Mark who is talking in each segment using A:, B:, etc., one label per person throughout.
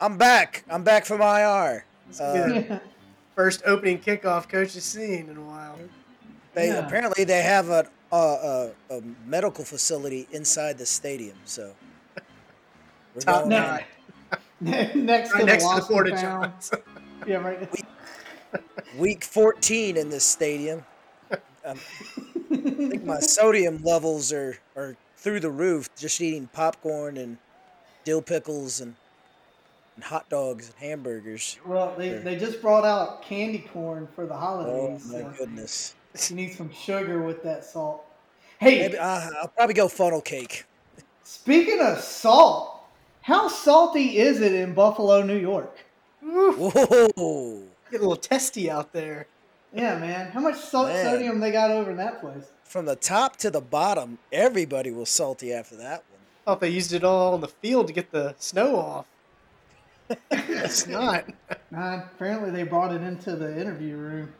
A: I'm back. I'm back from IR. Uh,
B: Yeah. First opening kickoff coach has seen in a while.
A: they
C: Yeah.
A: apparently they have a, a, a, a medical facility inside the stadium. So we're
B: Top
A: going uh,
B: notch.
A: in.
C: Ne- next to
B: Right next
C: the
B: to the
C: Lost
B: Porta
C: and Found.
B: Johns.
C: Yeah, right.
A: week 14 in this stadium. Um, I think my sodium levels are are through the roof. Just eating popcorn and dill pickles and and hot dogs and hamburgers.
C: Well, they, they just brought out candy corn for the
A: Oh
C: holidays. so
A: my goodness!
C: You need some sugar with that salt. Hey,
A: Maybe uh, I'll probably go funnel cake.
C: speaking of salt, how salty is it in Buffalo, New York?
B: Woo,
A: Whoa!
B: Get a little testy out there.
C: Yeah, man. How much salt
A: Man.
C: sodium they got over in that place?
A: From the top to the bottom, everybody was salty after that one.
B: Thought they used it all on the field to get the snow off. It's not.
C: Nah, apparently they brought it into the interview room.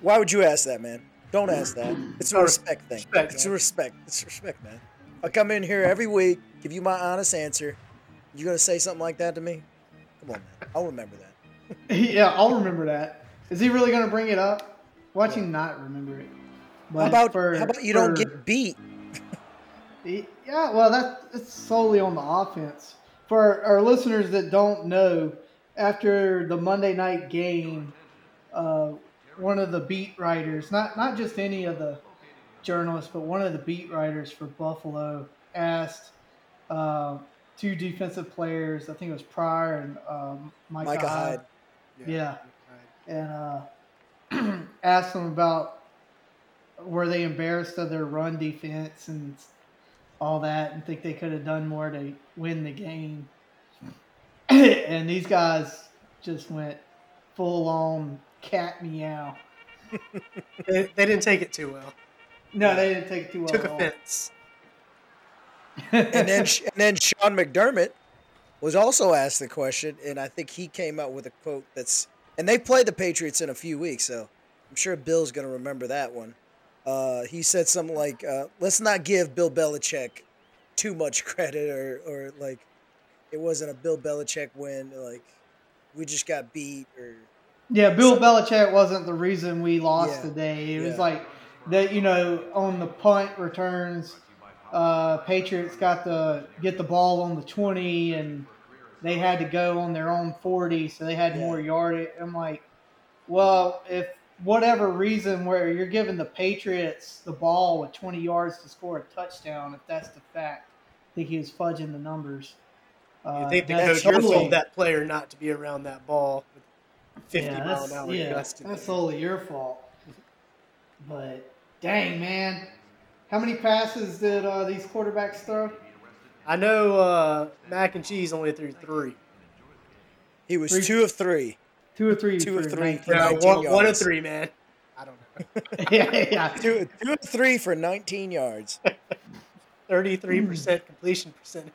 A: Why would you ask that, man? Don't ask that. It's a
B: Oh,
A: respect thing.
B: respect,
A: it's a
B: man.
A: respect. It's respect, man. I come in here every week, give you my honest answer. You gonna say something like that to me? Come on, man. I'll remember that.
C: yeah, I'll remember that. Is he really going to bring it up? Watch him not remember it.
A: How
C: But
A: about
C: for-
A: how about you
C: for-
A: don't get beat?
C: Yeah, well, that it's solely on the offense. For our listeners that don't know, after the Monday night game, uh, one of the beat writers, not not just any of the journalists, but one of the beat writers for Buffalo asked uh, two defensive players, I think it was Pryor and um, Micah,
A: Micah
C: Hyde,
A: Hyde.
C: Yeah. and uh, asked them about were they embarrassed of their run defense and all that, and think they could have done more to win the game. and these guys just went full on cat meow.
B: They, they didn't take it too well.
C: No, they didn't take it too well.
B: Took
C: at all.
B: offense.
A: And then and then Sean McDermott was also asked the question, and I think he came out with a quote that's and they play the Patriots in a few weeks, so I'm sure Bill's gonna remember that one. Uh, he said something like, uh, "Let's not give Bill Belichick too much credit, or or like it wasn't a Bill Belichick win, like we just got beat, or
C: Yeah, Bill
A: So-
C: Belichick wasn't the reason we lost
A: Yeah,
C: today. It was
A: yeah.
C: like that, you know, on the punt returns, uh, Patriots got the get the ball on the twenty, and they had to go on their own forty, so they had
A: Yeah.
C: more yardage. I'm like, well, if whatever reason where you're giving the Patriots the ball with twenty yards to score a touchdown, if that's the fact, I think he was fudging the numbers.
A: uh,
C: uh,
B: You think the
C: that's
B: coach would
C: totally-
B: told that player not to be around that ball with 50 mile
C: that's-
B: an hour
C: yeah,
B: gust in
C: That's
B: there.
C: totally your fault. But dang, man, how many passes did uh, these quarterbacks throw?
B: I know uh, mac and cheese only threw three.
A: he was
C: Three-
A: two of three.
C: Two or three?
A: Two or
C: for
A: three.
C: 19.
A: Yeah,
B: Yeah,
A: 19
B: one, one of
A: yards.
B: three, man. I don't know.
C: yeah, yeah.
A: Two, two of three for 19 yards.
B: Hmm. 33% completion percentage.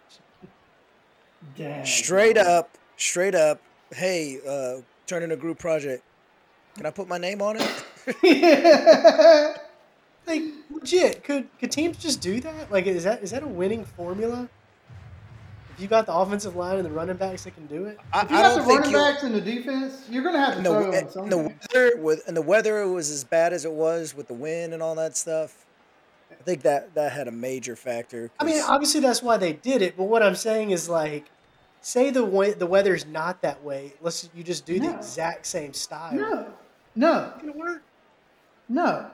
C: Dang.
A: straight up, straight up. Hey, uh, turning a group project. Can I put my name on it?
B: Like legit, could could teams just do that? Like, is that is that a winning formula? If you got the offensive line and the running backs that can do it,
A: I,
C: If you
A: I
C: got the
A: don't think
C: running
A: you. eh,
C: backs and the defense, you're gonna have to
A: And
C: throw
A: the,
C: them
A: and the
C: somewhere.
A: weather with and the weather was as bad as it was with the wind and all that stuff. I think that that had a major factor.
B: I mean,
A: 'cause-
B: obviously that's why they did it. But what I'm saying is like, say the way the weather's not that way. Let's you just do the
C: No.
B: exact same style.
C: No, no,
B: It's gonna work.
C: no.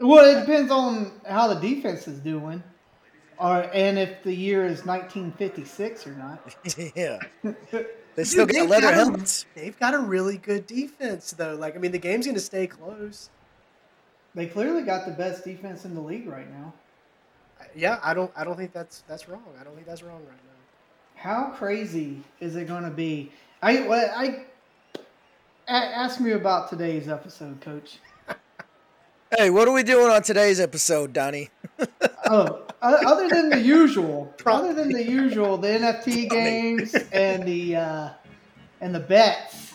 C: Well, it depends on how the defense is doing, or and if the year is 1956 or not.
A: yeah, they still
B: Dude,
A: got
B: they've
A: leather
B: got a-
A: helmets.
B: They've got a really good defense though. Like, I mean, the game's gonna stay close.
C: They clearly got the best defense in the league right now.
B: I- Yeah, I don't I don't think that's that's wrong. I don't think that's wrong right now.
C: How crazy is it going to be? I well, I a- ask me about today's episode, Coach.
A: Hey, what are we doing on today's episode, Donnie?
C: Oh, o- other than the usual, other than the usual, the NFT games and the uh, and the bets.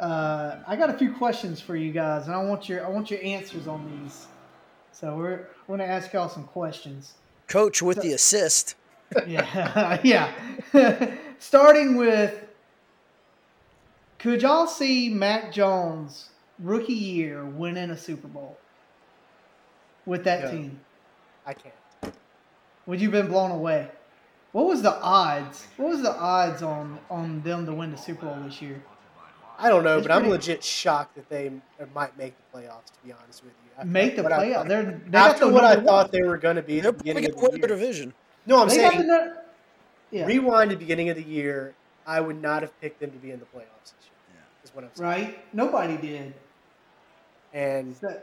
C: Uh, I got a few questions for you guys, and I want your I want your answers on these. So we're we're gonna ask y'all some questions.
A: Coach with the assist.
C: yeah, yeah. starting with, could y'all see Mac Jones rookie year winning a Super Bowl with that
B: No.
C: team?
B: I can't.
C: Would you been blown away? What was the odds? What was the odds on on them to win the Super Bowl this year?
B: I don't know,
C: It's
B: but I'm
C: pretty-
B: legit shocked that they uh, might make the playoffs. To be honest with you, After
C: Make the
B: what I thought-
C: playoff. They're they got
B: after
C: the
B: what I
C: number one.
B: thought they were going to be. At
A: They're
B: the
A: probably
B: beginning
A: going
B: of
A: to win
B: the
A: their
B: year.
A: division.
B: No, I'm
C: they got the
B: saying
C: nu- yeah,
B: rewind to beginning of the year. I would not have picked them to be in the playoffs this year. Is what I'm saying.
C: right. Nobody did.
B: And
C: Except,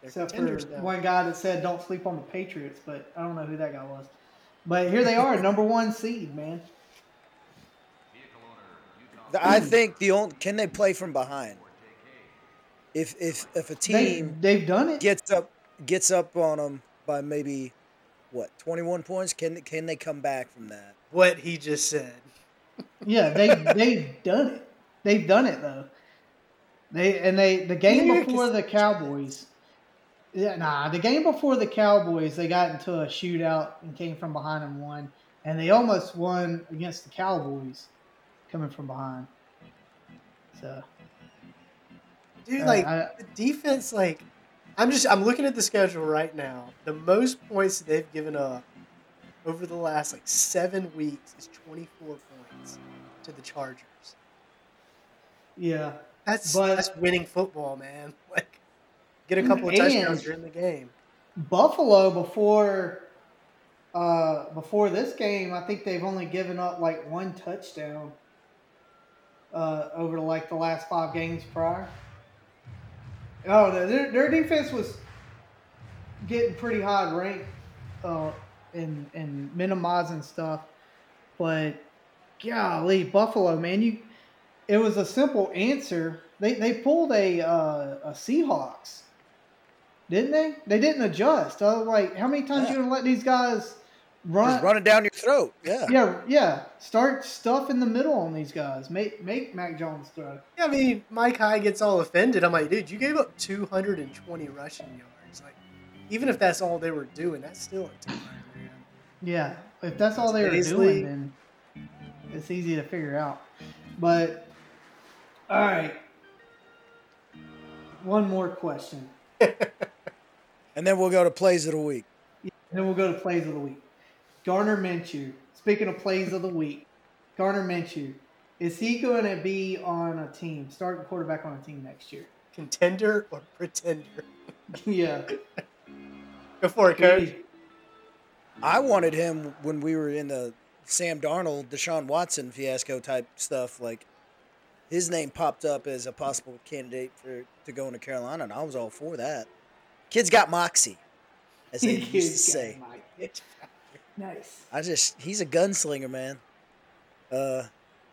B: they're
C: except
B: contenders
C: for
B: now.
C: one guy that said don't sleep on the Patriots, but I don't know who that guy was. But here they are, number one seed, man.
A: The- I think the only can they play from behind. If if if a
C: They,
A: team
C: they've done it.
A: gets up gets up on them by maybe what twenty one points, can can they come back from that?
B: what he just said.
C: Yeah, they they've done it. They've done it though. They and they the game
B: Yeah,
C: before
B: 'cause-
C: the Cowboys. Yeah, nah, the game before the Cowboys, they got into a shootout and came from behind and won, and they almost won against the Cowboys, coming from behind. So
B: Dude,
C: Uh,
B: like
C: I-
B: the defense, like I'm just I'm looking at the schedule right now. The most points that they've given up over the last like seven weeks is 24 points to the Chargers.
C: yeah,
B: That's
C: But-
B: that's winning football, man. Like get a couple of touchdowns
C: And-
B: during the game.
C: Buffalo before uh before this game, I think they've only given up like one touchdown uh over like the last five games prior. Oh no, their their defense was getting pretty high ranked uh and and minimizing stuff. But golly, Buffalo, man, you it was a simple answer. They they pulled a uh, a Seahawks didn't they? They didn't adjust. I was like, how many times
A: Yeah.
C: you gonna let these guys
A: Just
C: run?
A: run it down your throat. Yeah.
C: Yeah, yeah. Start stuff in the middle on these guys. Make make Mac Jones throw.
B: Yeah, I mean, Mike High gets all offended. I'm like, dude, you gave up 220 rushing yards. Like, even if that's all they were doing, that's still a ton, man.
C: Yeah, if that's all they were
B: Basically-
C: doing, then it's easy to figure out. But all right, one more question,
A: And then we'll go to plays of the week.
C: and then we'll go to plays of the week. Garner Minshew. Speaking of plays of the week, Garner Minshew. Is he going to be on a team, starting quarterback on a team next year?
B: Contender or pretender?
C: yeah.
B: Go for it, coach.
A: I wanted him when we were in the Sam Darnold, Deshaun Watson fiasco type stuff. Like his name popped up as a possible candidate for to go into Carolina, and I was all for that. Kid's got moxie, as they used to say.
C: Nice.
A: I just he's a gunslinger, man. Uh,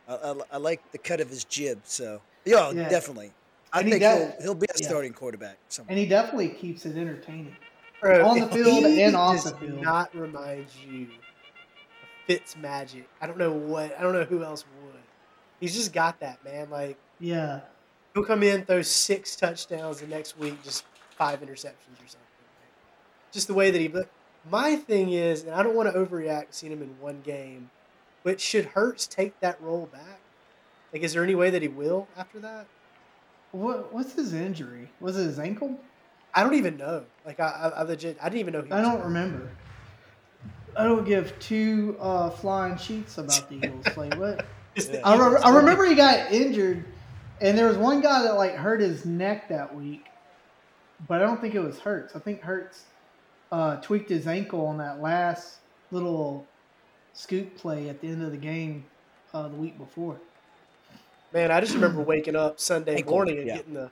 A: I, I, I like the cut of his jib. So yeah,
C: Yeah.
A: definitely. I
C: And he
A: think
C: does-
A: he'll, he'll be a
C: yeah.
A: starting quarterback. Somewhere.
C: And he definitely keeps it entertaining.
B: Bro,
C: On the
B: if
C: field
B: he
C: and off
B: does
C: the field.
B: Not remind you of Fitz Magic. I don't know what. I don't know who else would. He's just got that man. Like
C: Yeah.
B: he'll come in, throw six touchdowns the next week, just five interceptions or something. Just the way that he. But my thing is, and I don't want to overreact. Seeing him in one game, but should Hurts take that role back? Like, is there any way that he will after that?
C: What What's his injury? Was it his ankle?
B: I don't even know. Like, I, I, I legit, I didn't even know. He
C: I don't remember. I don't give two uh, flying sheets about the Eagles. Like what?
A: Yeah.
C: I, re- I remember he got injured, and there was one guy that like hurt his neck that week, but I don't think it was Hurts. I think Hurts uh, tweaked his ankle on that last little scoop play at the end of the game uh, the week before.
B: Man, I just remember waking up Sunday
A: Ankle,
B: morning and
A: yeah.
B: getting the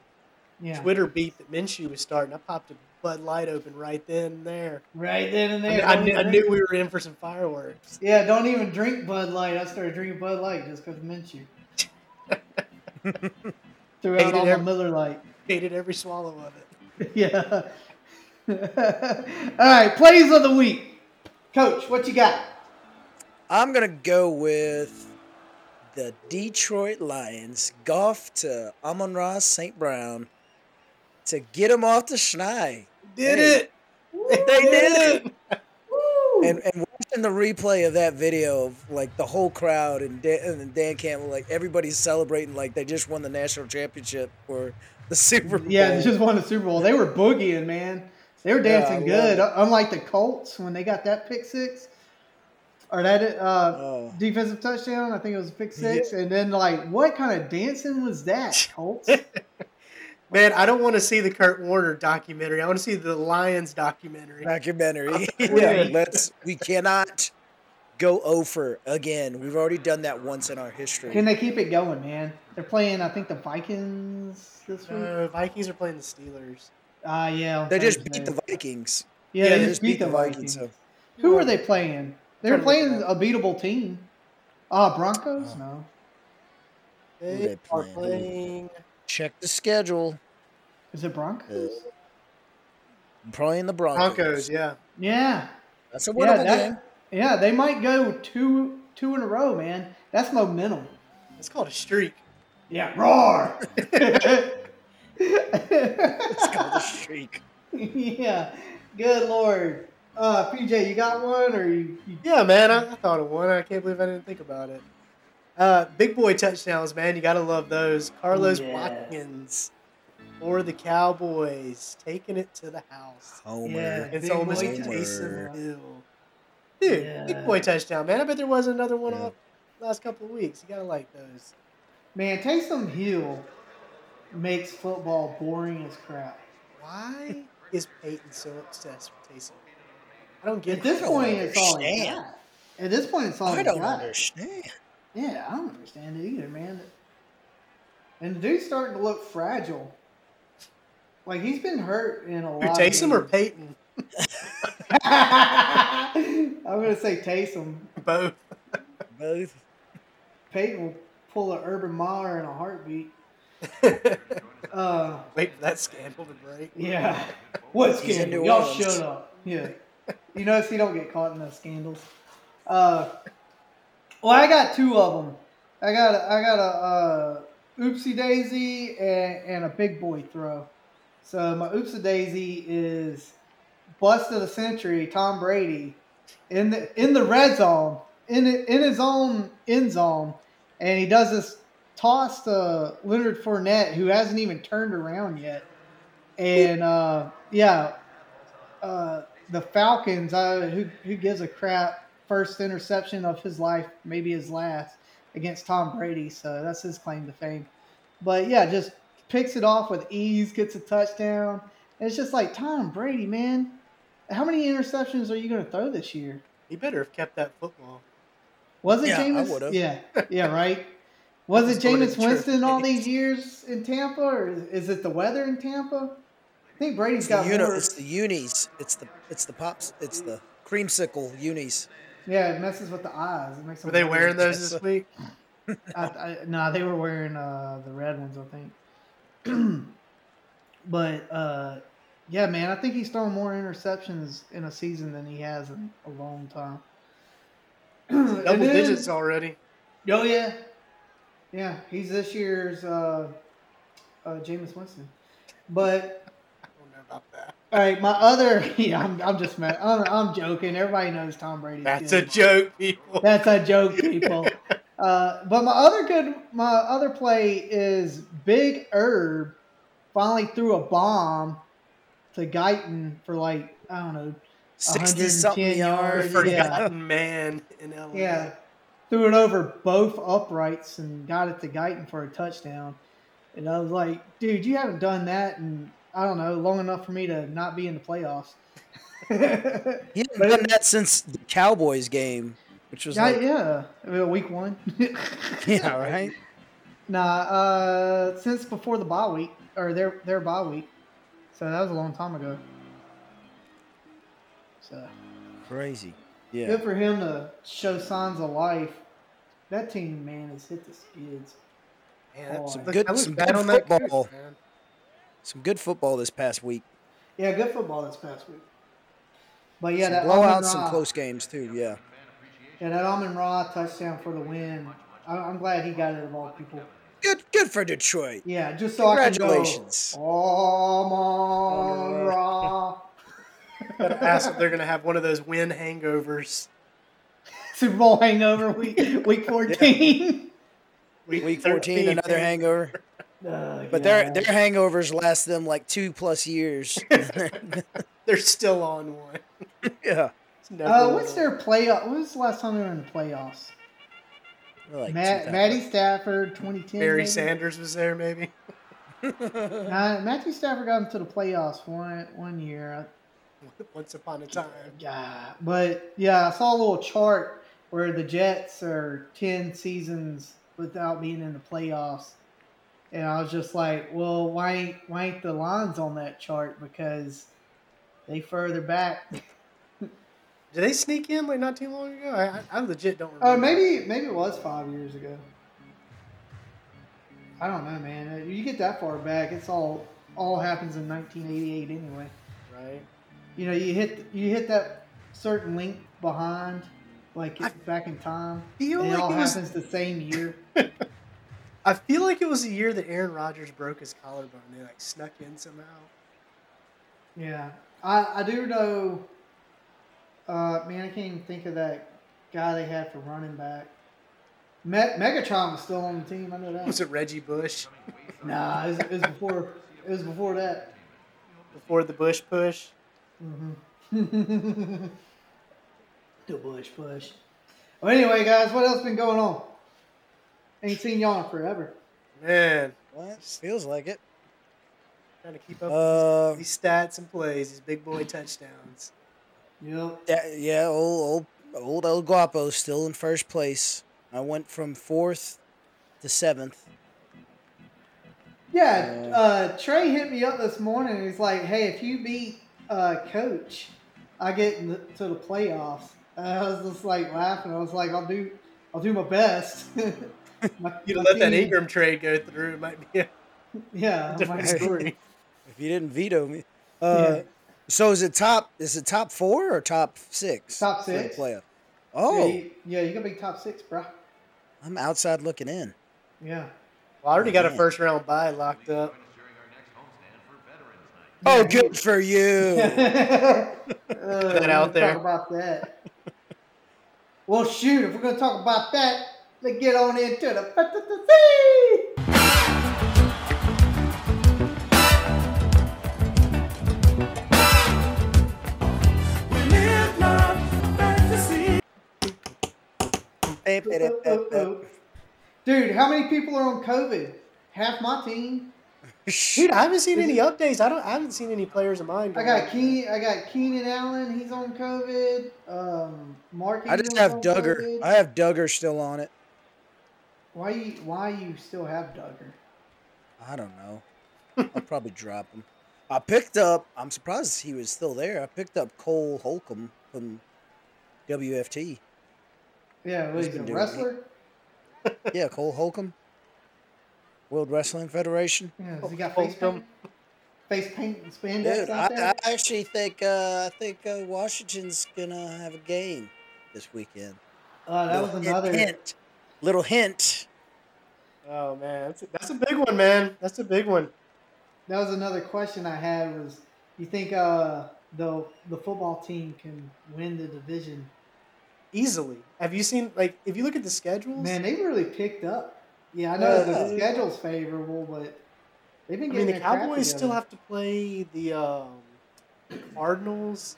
C: Yeah.
B: Twitter beat that Minshew was starting. I popped a Bud Light open right then and there.
C: Right then and
B: I,
C: there.
B: knew- I, knew, I knew we were in for some fireworks.
C: Yeah, don't even drink Bud Light. I started drinking Bud Light just because of Minshew. Threw out
B: Hated
C: all the
B: every-
C: Miller Light.
B: Hated every swallow of it.
C: yeah. all right, plays of the week. Coach, what you got?
A: I'm gonna go with the Detroit Lions. Goff to Amon Ross St. Brown to get him off the Schnei.
B: Did
A: Hey,
B: it?
A: They did it.
C: Woo!
A: And and watching the replay of that video of like the whole crowd and Dan, and Dan Campbell, like everybody's celebrating like they just won the national championship or the Super Bowl.
C: Yeah, they just won the Super Bowl. They were boogieing, man. They were dancing
A: Yeah, I love
C: good. Unlike the Colts when they got that pick six or that uh,
A: Oh.
C: defensive touchdown. I think it was a pick six. And then, like, what kind of dancing was that, Colts?
B: Man, I don't want to see the Kurt Warner documentary. I want to see the Lions documentary.
A: documentary.
B: Yeah.
A: yeah, let's. We cannot go over again. We've already done that once in our history.
C: Can they keep it going, man? They're playing, I think, the Vikings this week.
B: Uh, Vikings are playing the Steelers.
C: Ah, yeah. on
A: They just
C: Thursday.
A: beat the Vikings.
C: Yeah, they just beat the Vikings. Who were they playing? They were
B: Trying to look
C: playing
B: it
C: a beatable team. Ah, Broncos? No.
B: They,
A: they
B: are
A: playing?
B: playing.
A: Check the schedule.
C: Is it Broncos?
A: Uh, I'm playing the Broncos.
B: Broncos, yeah.
C: Yeah.
A: That's a
C: Yeah,
A: winnable game.
C: that, yeah, they might go two two in a row, man. That's momentum.
B: It's called a streak.
C: Yeah, roar.
A: Called a streak.
C: yeah. Good lord. Uh, PJ, you got one or you, you
B: Yeah, man, I, I thought of one. I can't believe I didn't think about it. Uh, big boy touchdowns, man. You got to love those. Carlos
C: Yeah.
B: Watkins for the Cowboys, taking it to the house.
A: Homer.
C: Yeah.
B: It's
C: Big
B: old
C: boy
B: Mr.
A: touchdown.
B: Taysom Hill. Dude, big boy touchdown, man. I bet there was another one
A: Yeah.
B: off last couple of weeks. You got to like those.
C: Man, Taysom Hill makes football boring as crap.
B: Why is Peyton so obsessed with Taysom? I don't get
C: At this
B: it.
C: point, it's all he
A: understand.
C: got. At this point, it's all
A: I
C: he
A: don't
C: got.
A: understand.
C: Yeah, I don't understand it either, man. And the dude's starting to look fragile. Like he's been hurt in a
B: Who,
C: lot.
B: Taysom or
C: of games.
B: Peyton?
C: I'm gonna say Taysom.
B: Both.
A: Both.
C: Peyton will pull an Urban Meyer in a heartbeat. Uh,
B: Wait for that scandal to break.
C: yeah. What
A: He's in
C: scandal?
A: New
C: Y'all
A: Orleans.
C: shut up. Yeah. You notice he don't get caught in those scandals. Uh, well, I got two of them. I got a, I got a uh, oopsie daisy and, and a big boy throw. So my oopsie daisy is bust of the century, Tom Brady, in the in the red zone, in the, in his own end zone, and he does this toss to Leonard Fournette, who hasn't even turned around yet, and uh, yeah, uh, the Falcons. I, who who gives a crap? First interception of his life, maybe his last, against Tom Brady. So that's his claim to fame. But yeah, just picks it off with ease, gets a touchdown. And it's just like Tom Brady, man. How many interceptions are you going to throw this year?
B: He better have kept that football.
C: Was it
A: Yeah, I
C: Jameis?
A: would've.
C: Yeah, yeah, right. Was it
B: Just going to
C: Jameis
B: the
C: Winston all
B: church.
C: these years in Tampa, or is, is it the weather in Tampa? I think
A: It's
C: Brady's
A: the,
C: got
A: uni-
C: more.
A: it's the unis. It's the it's the pops. It's the creamsicle unis.
C: Yeah, it messes with the eyes. It makes them
B: Were they
C: blind.
B: wearing those this week?
C: I, I, nah, they were wearing uh, the red ones, I think. but uh, yeah, man, I think he's thrown more interceptions in a season than he has in a long time. And
B: Double
C: then-
B: digits already.
C: Oh yeah, yeah. He's this year's uh, uh, Jameis Winston. But
B: I don't know about that.
C: all right, my other yeah, I'm, I'm just mad. I'm, I'm joking. Everybody knows Tom Brady.
B: That's a joke, people.
C: That's a joke, people. Uh, but my other good, my other play is Big Herb finally threw a bomb to Guyton for like I don't know,
A: Sixty something
C: 110
B: The
A: yards.
C: yards. Yeah.
B: forgotten man in LA.
C: yeah, threw it over both uprights and got it to Guyton for a touchdown. And I was like, dude, you haven't done that in I don't know long enough for me to not be in the playoffs.
A: He hasn't done that since the Cowboys game, which was
C: Yeah,
A: like,
C: yeah, I mean, week one.
A: yeah, right.
C: Nah, uh, since before the bye week or their their bye week, so that was a long time ago. So
A: Crazy. Yeah.
C: good for him to show signs of life. That team, man, has hit the skids.
B: Man, that-
C: Oh,
B: some
C: yeah.
B: good,
A: I was
B: some
A: bad
B: good
A: on that
B: football.
A: coach, Some good football this past week.
C: Yeah, good football this past week. But yeah, that
A: some blowouts,
C: Amon
A: some
C: Ra-
A: close games too. Yeah.
C: Yeah, that Almond Raw touchdown for the win. I, I'm glad he got it of all people.
A: Good. Good for Detroit.
C: Yeah, just so
A: Congratulations.
C: I can go. Amon Ra.
B: Ask if they're going to have one of those win hangovers.
C: Super Bowl hangover week week fourteen.
A: Week 14, another
B: man.
A: hangover.
B: Uh,
C: Oh,
A: But their
C: God.
A: their hangovers last them like two plus years.
B: They're still on one.
A: yeah,
B: It's never
C: Uh, what's
B: over.
C: their playoff? When was the last time they were in the playoffs?
A: like
C: Matt,
A: 2000.
C: Matty Stafford, 2010.
B: Barry
C: maybe?
B: Sanders was there, maybe.
C: Nah, Matthew Stafford got into the playoffs one one year.
B: Once upon a time.
C: Yeah, but yeah, I saw a little chart where the Jets are ten seasons without being in the playoffs, and I was just like, well, why ain't why ain't the lines on that chart because they further back.
B: Did they sneak in like not too long ago? I, I, I legit don't remember.
C: Oh, maybe maybe it was five years ago. I don't know, man. Uh, You get that far back, it's all all happens in 1988 anyway.
B: Right.
C: You know, you hit you hit that certain link behind, like it's
B: I-
C: back in time.
B: Feel
C: and it all
B: like it was.
C: happens the same year.
B: I feel like it was the year that Aaron Rodgers broke his collarbone. They like snuck in somehow.
C: yeah, I I do know. Uh, man, I can't even think of that guy they had for running back. Me- Megatron was still on the team. I know that.
B: Was it Reggie Bush
C: Nah, it was, it was before. It was before that.
B: before the Bush push?
C: Mm-hmm. the bush push. Well, anyway, guys, what else been going on? Ain't seen y'all in forever.
B: Man,
A: What? Feels like it.
B: trying to keep up
A: Uh,
C: Oh.
B: with these stats and plays, these big boy touchdowns.
C: Yep.
A: yeah, yeah, old old old El Guapo's still in first place. I went from fourth to seventh.
C: Yeah, uh, Trey hit me up this morning. and He's like, "Hey, if you beat uh, Coach, I get in the, to the playoffs." And I was just like laughing. I was like, "I'll do, I'll do my best." My-
B: You
C: my
B: let that
C: team-
B: Ingram trade go through, it might be a
C: Yeah, my-
B: different story.
A: If you didn't veto me, uh, so is it top? Is it top four or top six?
C: Top
A: for the
C: six.
A: playoff.
C: yeah,
A: Oh,
C: you, yeah, you gonna be top six, bro.
A: I'm outside looking in.
C: Yeah.
B: Well, I already got a
A: Man.
B: first round bye locked up.
A: Oh, good for you.
C: Put
B: that out there.
C: Talk about that. Well, shoot, if we're gonna talk about that, let's get on into the. Dude, how many people are on COVID? Half my team.
B: Dude, I haven't seen any updates. I don't. I haven't seen any players of mine.
C: I got Keen. I got Keenan Allen. He's on COVID. Um, Mark.
A: I just have
C: Ingram's on
A: Duggar.
C: COVID.
A: I have Duggar still on it.
C: why you? Why you still have Duggar?
A: I don't know. I'll probably drop him. I picked up. I'm surprised he was still there. I picked up Cole Holcomb from WFT.
C: Yeah, what,
A: He's
C: he's
A: been
C: a
A: doing it.
C: wrestler.
A: Yeah, Cole Holcomb, World Wrestling Federation.
C: Yeah, has he got
B: Oh,
C: face paint? Face paint and spandex
A: Dude,
C: out there.
A: I, I actually think uh, I think uh, Washington's gonna have a game this weekend.
C: Uh, that was
A: Little
C: another.
A: hint, hint. little hint.
B: Oh man, that's a, that's a big one, man. That's a big one.
C: That was another question I had. Was you think uh, the the football team can win the division?
B: Easily. Have you seen like if you look at the schedules?
C: Man, they really picked up. Yeah, I know
A: Yeah.
C: the schedule's favorable, but they've been
B: I
C: getting.
B: mean, the
C: their crap
B: Cowboys still
C: together.
B: have to play the um, Cardinals.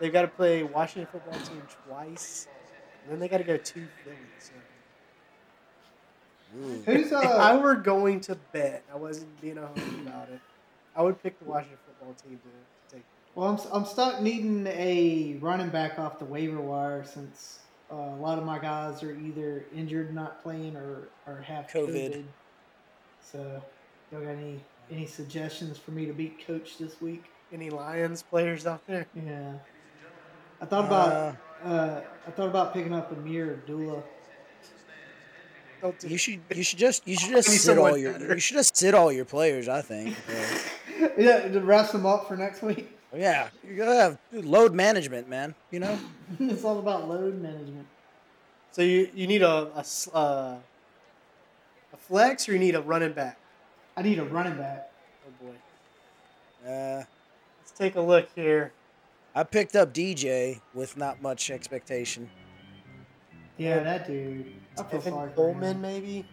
B: They've got to play Washington football team twice, and then they got to go to Philly. So.
A: Ooh.
C: Who's
B: If I
C: uh?
B: were going to bet, I wasn't being a homer about it. I would pick the Washington football team to, to take.
C: Well, I'm, s- I'm stuck needing a running back off the waiver wire since uh, a lot of my guys are either injured, not playing, or or have COVID.
A: COVID.
C: So, y'all got any any suggestions for me to beat Coach this week?
B: Any Lions players out there?
C: Yeah. I thought about
A: Uh,
C: uh, I thought about picking up Amir Abdullah.
B: Don't do
A: You should you should just you should just
B: Maybe
A: sit all
B: someone
A: your
B: better.
A: you should just sit all your players. I think.
C: yeah, to rest him up for next week.
A: yeah, you gotta have load management, man. You know.
C: it's all about load management.
B: So you, you need a a, s- uh, a flex or you need a running back?
C: I need a running back.
B: Oh boy.
A: Uh,
B: Let's take a look here.
A: I picked up DJ with not much expectation.
C: Yeah, that dude. I feel
B: Evan
C: sorry for
B: Coleman,
C: him.
B: maybe.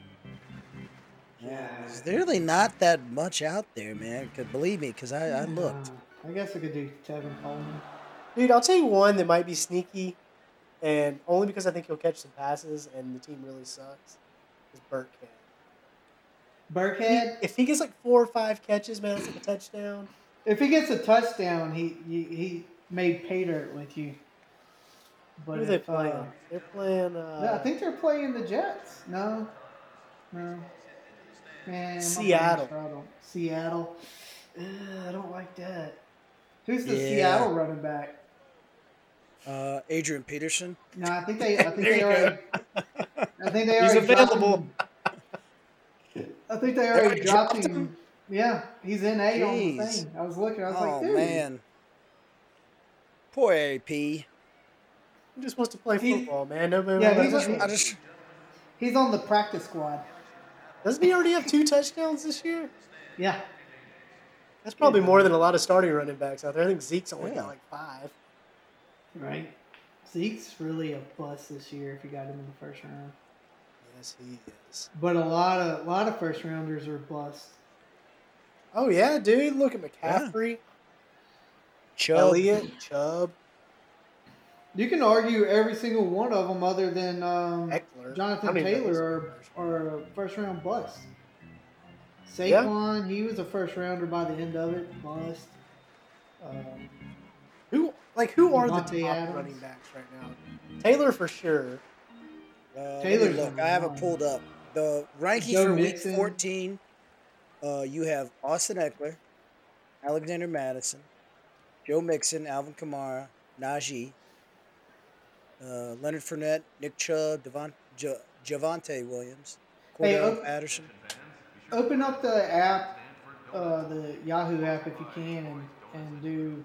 A: There's really not that much out there, man. 'Cause Believe me, because I, I looked.
C: Uh, I guess I could do Tevin Coleman.
B: Dude, I'll tell you one that might be sneaky, and only because I think he'll catch some passes, and the team really sucks. Is Burkhead.
C: Burkhead.
B: If he gets like four or five catches, man, that's like a touchdown.
C: If he gets a touchdown, he he, he made pay dirt with you. But
B: Who are they
C: if, uh,
B: playing? They're playing. Uh,
C: yeah, I think they're playing the Jets. No, no. Man, my
B: Seattle.
C: brain's rattled. Seattle. Ugh, I don't like that. Who's the
A: Yeah.
C: Seattle running back?
A: Uh, Adrian Peterson.
C: No, I think they. I think
B: There
C: they
B: you
C: already. I think they
B: He's
C: already dropped
B: available.
C: him. I think they
A: already
C: already dropped,
A: dropped
C: him. Yeah, he's in A on the
A: Jeez.
C: thing. I was looking. I was
A: Oh
C: like, dude,
A: man, poor AP.
B: he just wants to play
C: He-
B: football, man. Nobody
C: Yeah,
A: I
C: he's
A: just,
C: a-
A: I just,
C: he's on the practice squad.
B: doesn't he already have two touchdowns this year?
C: Yeah,
B: That's probably more than a lot of starting running backs out there. I think Zeke's only
A: Yeah.
B: got like five.
C: right. Zeke's really a bust this year if you got him in the first round.
B: Yes, he is.
C: But a lot of a lot of first rounders are bust.
B: Oh yeah, dude. Look at
A: Yeah.
B: McCaffrey,
A: Chubb.
B: Elliott, Chubb,
C: You can argue every single one of them, other than um,
B: Eckler, I
C: Jonathan
B: don't even know
C: Taylor,
B: who's-
C: are, are a first round bust.
B: Yeah.
C: Saquon, he was a first rounder by the end of it. Bust. Um,
B: Who like who are the top
C: Devontae Adams.
B: running backs right now? Taylor for sure.
A: Uh, let me
C: Taylor's
A: look,
C: number
A: I haven't
C: one.
A: pulled up the ranking
C: Joe
A: for
C: Mixon.
A: week 14. Uh, you have Austin Eckler, Alexander Madison, Joe Mixon, Alvin Kamara, Najee, uh, Leonard Fournette, Nick Chubb, Devon, J- Javante Williams, Cordell
C: Hey, oh-
A: Patterson.
C: open up the app, uh, the Yahoo app, if you can, and, and do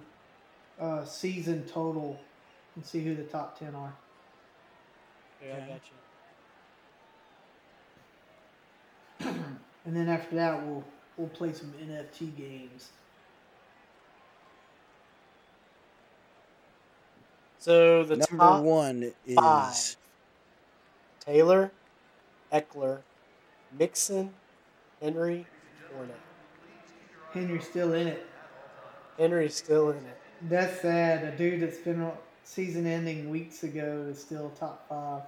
C: uh, season total and see who the top 10 are.
B: Yeah,
A: I got
B: you.
C: And then after that, we'll we'll play some NFT games.
B: So the
A: Number
B: top
A: one is
B: five. Taylor, Eckler, Mixon, Henry, Fournette.
C: Henry's still in it.
B: Henry's still in it.
C: That's sad. A dude that's been on- season ending weeks ago is still top five.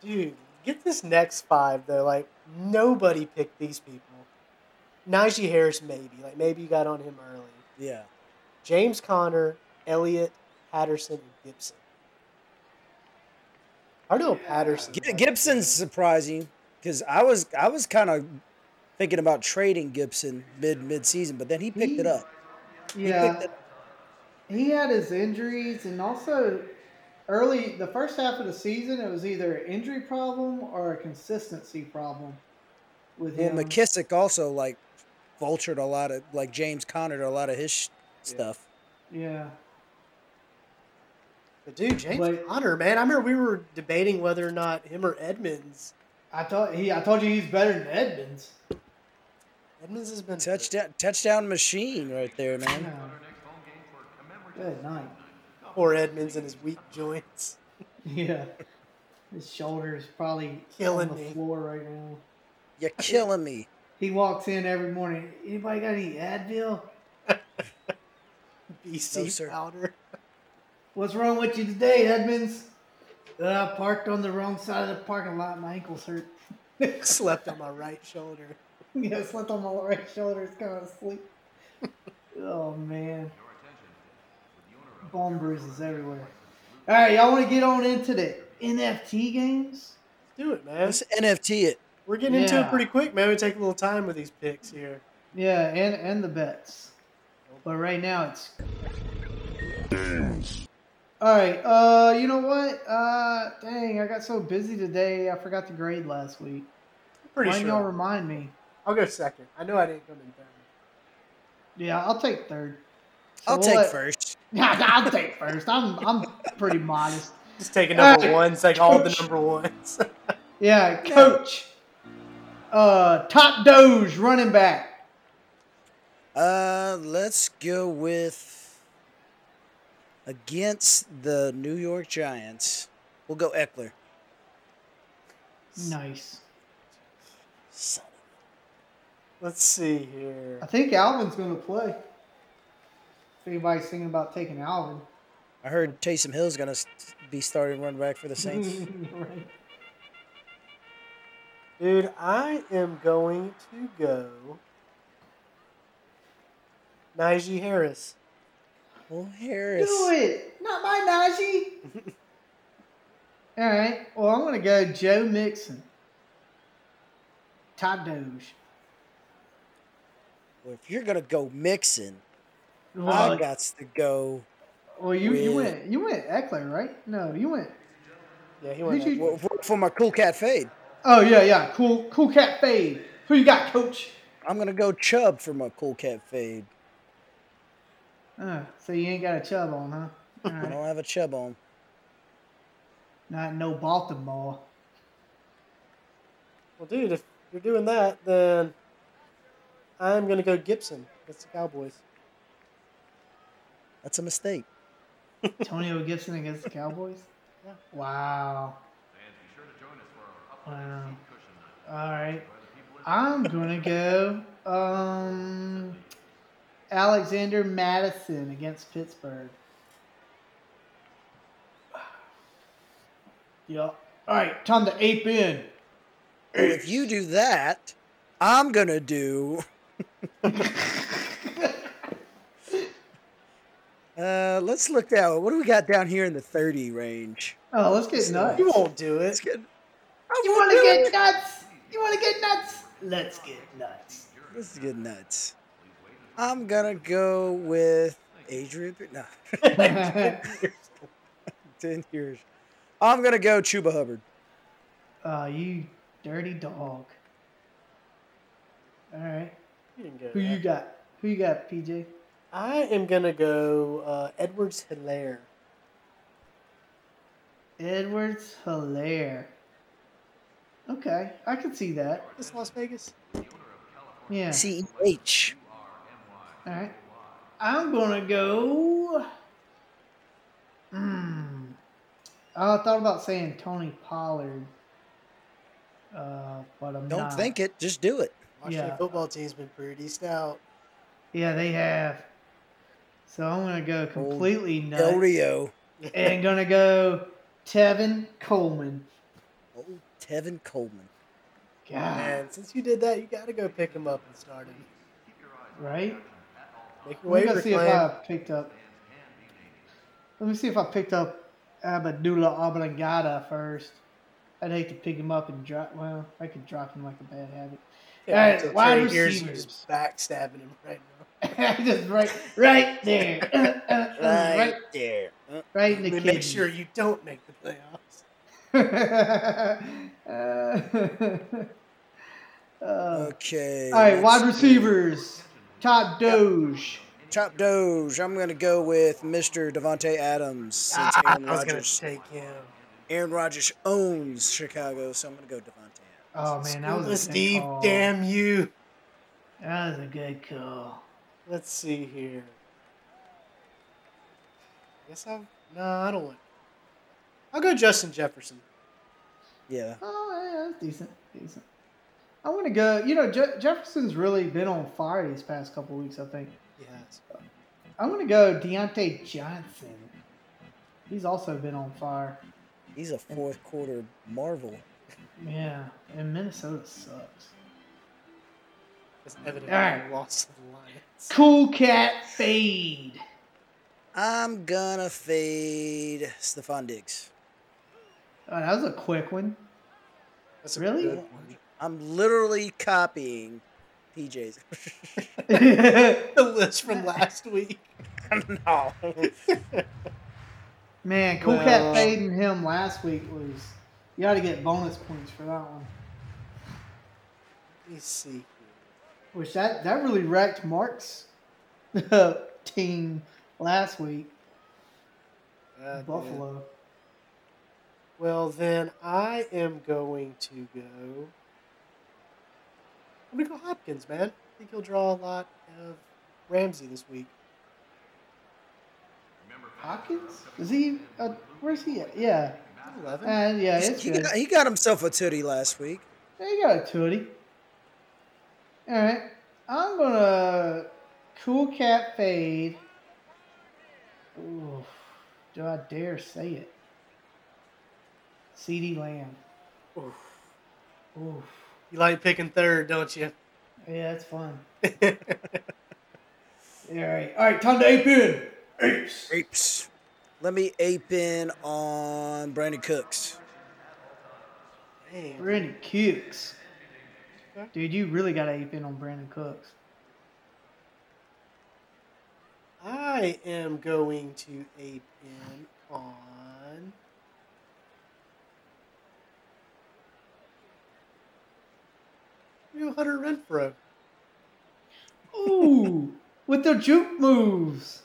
B: Dude, get this next five though. Like nobody picked these people. Najee Harris maybe. Like maybe you got on him early.
A: Yeah.
B: James Conner, Elliott, Patterson, and Gibson. Cardell Patterson.
A: Gi- Gibson's surprising because I was I was kind of thinking about trading Gibson mid mid season, but then he picked it
C: He-
A: up. He
C: Yeah.
A: picked it
C: he had his injuries and also early the first half of the season it was either an injury problem or a consistency problem with
A: Well,
C: him
A: McKissick also like vultured a lot of like James Conner a lot of his sh- stuff.
C: yeah
B: But dude, James
C: But-
B: Conner, man, I remember we were debating whether or not him or Edmonds.
C: i told he i told you he's better than edmonds
B: Edmonds has been hurt.
A: Touchdown, touchdown machine right there, man.
C: yeah. good night
B: Poor Edmonds and his weak joints.
C: yeah his shoulders probably
B: Killing
C: on the
B: me.
C: floor right now
A: You're killing me.
C: he walks in every morning anybody got any advil
A: No,
B: BC
A: sir.
B: powder.
C: what's wrong with you today edmonds uh, I parked on the wrong side of the parking lot my ankles hurt
B: Slept on my right shoulder.
C: Yeah, I slept on my right shoulder. It's kind of asleep. oh man, bone bruises everywhere. All right, y'all want to get on into the NFT games?
B: Do it, man.
A: Let's NFT it.
B: We're getting into it
C: Yeah.
B: pretty quick, man. We take a little time with these picks here.
C: Yeah, and and the bets. But right now it's games. All right. Uh, you know what? Uh, dang, I got so busy today. I forgot to grade last week.
B: I'm pretty
C: Why didn't y'all
B: sure.
C: remind me?
B: I'll go second. I know I didn't come in third.
C: Yeah, I'll take third. So
A: I'll
C: we'll
A: take
C: let-
A: first.
C: Nah, nah, I'll take first. I'm I'm pretty modest.
B: Just taking number
C: Ah,
B: one, take all the
C: coach.
B: number ones.
C: Yeah, coach. Uh, top Doge running back.
A: Uh, let's go with against the New York Giants. We'll go Eckler.
C: Nice.
A: Son of
B: Let's see here.
C: I think Alvin's going to play. If anybody's thinking about taking Alvin.
A: a- I heard Taysom Hill's gonna s- be starting running back for the Saints.
C: right.
B: Dude, I am going to go Najee Harris.
A: well,
C: Do
A: Harris.
C: it. Not my Najee. All right. Well, I'm going to go Joe Mixon. Todd Doge.
A: Well, if you're gonna go mixing, I
C: Well,
A: got to go.
C: well, you, you
A: Yeah.
C: went you went Eckler, right? No, you went.
B: Yeah, he went.
C: Did you-
B: up.
A: Well, for, for my cool cat fade,
C: Oh yeah, yeah. Cool, cool cat fade. Who you got, Coach?
A: I'm gonna go Chubb for my cool cat fade.
C: Uh, so you ain't got a chub on, huh? All
A: I
C: right.
A: don't have a Chubb on.
C: Not no Baltimore.
B: Well, dude, if you're doing that, then I'm gonna go Gibson. That's the Cowboys.
A: That's a mistake.
C: Antonio Gibson against the Cowboys.
B: Yeah.
C: Wow. Wow. All right. I'm gonna go um, Alexander Madison against Pittsburgh. Yep. All right, time to ape in.
A: Well, if you do that, I'm gonna do. Uh, let's look down. What do we got down here in the 30 range?
C: Oh, let's get nuts.
B: You won't do
A: Let's
B: it.
A: get.
C: You want to get nuts? You want to get nuts? Let's get nuts.
A: This is good nuts. I'm gonna go with Adrian. Pe- No, ten years. I'm gonna go Chuba Hubbard.
C: oh, you dirty dog. All right.
B: You didn't go.
C: Who you
B: that.
C: got? Who you got, PJ?
B: I am gonna go uh, Edwards Hilaire.
C: Edwards Hilaire. Okay, I can see that.
B: This Las Vegas.
C: Yeah.
A: C E H.
C: All right. I'm gonna go. Hmm. I thought about saying Tony Pollard, uh, but I'm
A: Don't
C: not.
A: think it. Just do it.
B: Washington
C: Yeah.
B: football team's been pretty stout.
C: Yeah, they have. So I'm gonna go completely
A: Del
C: nuts
A: Rio.
C: and gonna go Tevin Coleman.
A: Old Tevin Coleman.
C: God,
B: And since you did that, you gotta go pick him up and start him.
C: right?
B: Make your
C: Let me go
B: waiver
C: see if uh,
B: claim.
C: I picked up. Let me see if I picked up Abadullah Oblongata first. I'd hate to pick him up and drop. Well, I could drop him like a bad habit. All right,
B: until
C: wide
B: Terry Harris
C: receivers.
B: is just backstabbing him right now.
C: Just right, right there, Uh, uh, uh, right,
A: there. Uh,
C: right in the
B: We
C: kidney.
B: make sure you don't make the playoffs.
C: Uh,
A: Okay.
C: all right, wide
A: let's-
C: receivers. Todd Doge.
A: Top Doge. I'm gonna go with Mr. Devonte Adams since
B: Ah,
A: Aaron
B: I was gonna
A: Rodgers.
B: take him.
A: Aaron Rodgers owns Chicago, so I'm gonna go Devonte. Adams.
C: Oh man, that was a
B: Let's
C: good
B: Steve,
C: call.
B: damn you.
C: That was a good call.
B: Let's see here. I guess I've no, I don't want. I'll go Justin Jefferson.
A: Yeah.
C: Oh, yeah, that's decent. Decent. I want to go. You know, Je- Jefferson's really been on fire these past couple weeks. I think
B: Yes.
C: I want to go Deontay Johnson. He's also been on fire.
A: He's a fourth quarter marvel.
C: Yeah, and Minnesota sucks.
B: It's evident
C: All right.
B: we lost to the Lions.
C: Cool cat fade.
A: I'm gonna fade Stephon Diggs.
C: Oh, that was a quick one.
B: That's a
C: Really?
B: good one.
A: I'm literally copying PJ's.
B: The list from last week.
A: no.
C: Man, cool cat
B: Well-
C: fading him last week was. You got to get bonus points for that one.
B: Let me see. here.
C: Which that that really wrecked Mark's team last week.
B: God damn.
C: Buffalo.
B: Uh, Well, then I am going to go. I'm gonna go Hopkins, man. I think he'll draw a lot of Ramsey this week.
C: Hopkins? Is he? Uh, where's he at? Yeah.
B: Eleven.
C: And yeah, it's
A: he,
C: good.
A: got, he got himself a tootie last week.
C: There you go, Tootie. All right, I'm gonna cool cat fade. Ooh, do I dare say it? CD Lamb.
B: Oof.
C: Ooh,
B: You like picking third, don't you?
C: yeah, that's fun.
B: All
C: All right, all right, time to ape in. Apes.
A: Apes. Let me ape in on Brandon Cooks.
B: Damn.
C: Brandon Cooks. Dude, you really got to ape in on Brandon Cooks.
B: I am going to ape in on. You Hunter Renfro.
C: Ooh, with the juke moves.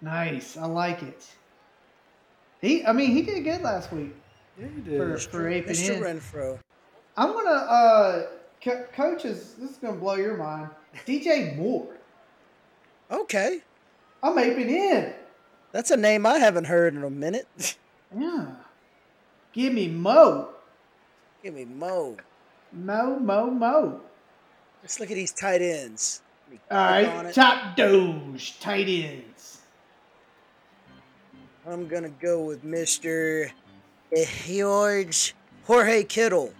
C: Nice, I like it. He, I mean, he did good last week
B: Yeah, you
C: for,
B: did.
C: for aping
A: Mr.
C: in.
A: Renfro.
C: I'm gonna, uh, co- coaches. This is gonna blow your mind. DJ Moore.
A: Okay.
C: I'm aping in.
A: That's a name I haven't heard in a minute.
C: Yeah. Give me Mo,
A: Give me Mo.
C: Mo, Mo, Mo.
A: Let's look at these tight ends. Let me
C: All
A: click on
C: right,
A: it.
C: top doge tight ends.
A: I'm gonna go with Mr. George Jorge Kittle.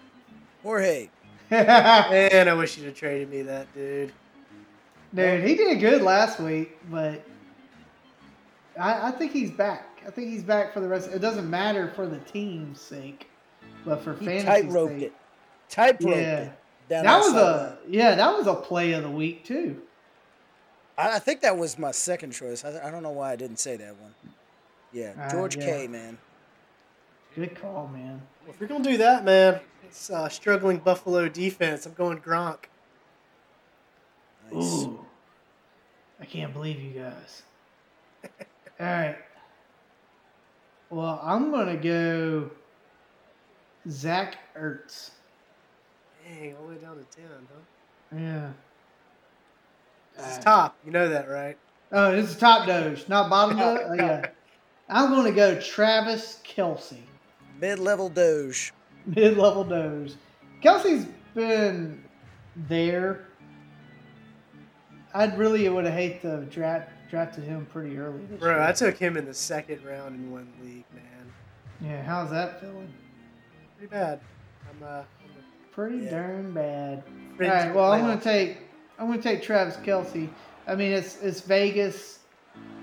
A: Jorge.
C: Dude,
B: Man, I wish you'd have traded me that, dude.
C: he did good last week, but I, I think he's back. I think he's back for the rest. It doesn't matter for the team's sake, but for
A: He
C: fantasy
A: tight roped
C: sake,
A: it. Tight roped
C: Yeah.
A: it. down
C: that was
A: outside.
C: a yeah, that was a play of the week too.
A: I I think that was my second choice. I, I don't know why I didn't say that one. Yeah,
C: Ah,
A: George
C: yeah.
A: K. Man.
C: Good call, man.
B: Well, if you're gonna do that, man, it's uh, struggling Buffalo defense. I'm going Gronk.
A: Nice.
C: Ooh, I can't believe you guys. All right. Well, I'm gonna go Zach Ertz.
B: Dang, all the way down to ten, huh?
C: Yeah.
B: This
C: Uh,
B: is top. You know that, right?
C: Oh, this is top doge, not bottom doge. Oh, yeah. I'm going to go Travis Kelsey,
A: Mid level Doge.
C: mid level doge. Kelsey's been there. I'd really would have hate to have draft, drafted him pretty early. This
B: Bro,
C: year.
B: I took him in the second round in one league, man.
C: yeah. How's that feeling?
B: Pretty bad. I'm uh, I'm
C: Pretty
A: Yeah.
C: darn bad.
B: a
C: All
B: fringe
C: right. Well, I'm
B: playoff.
C: going to take I'm going to take Travis Kelsey. I mean, it's it's Vegas.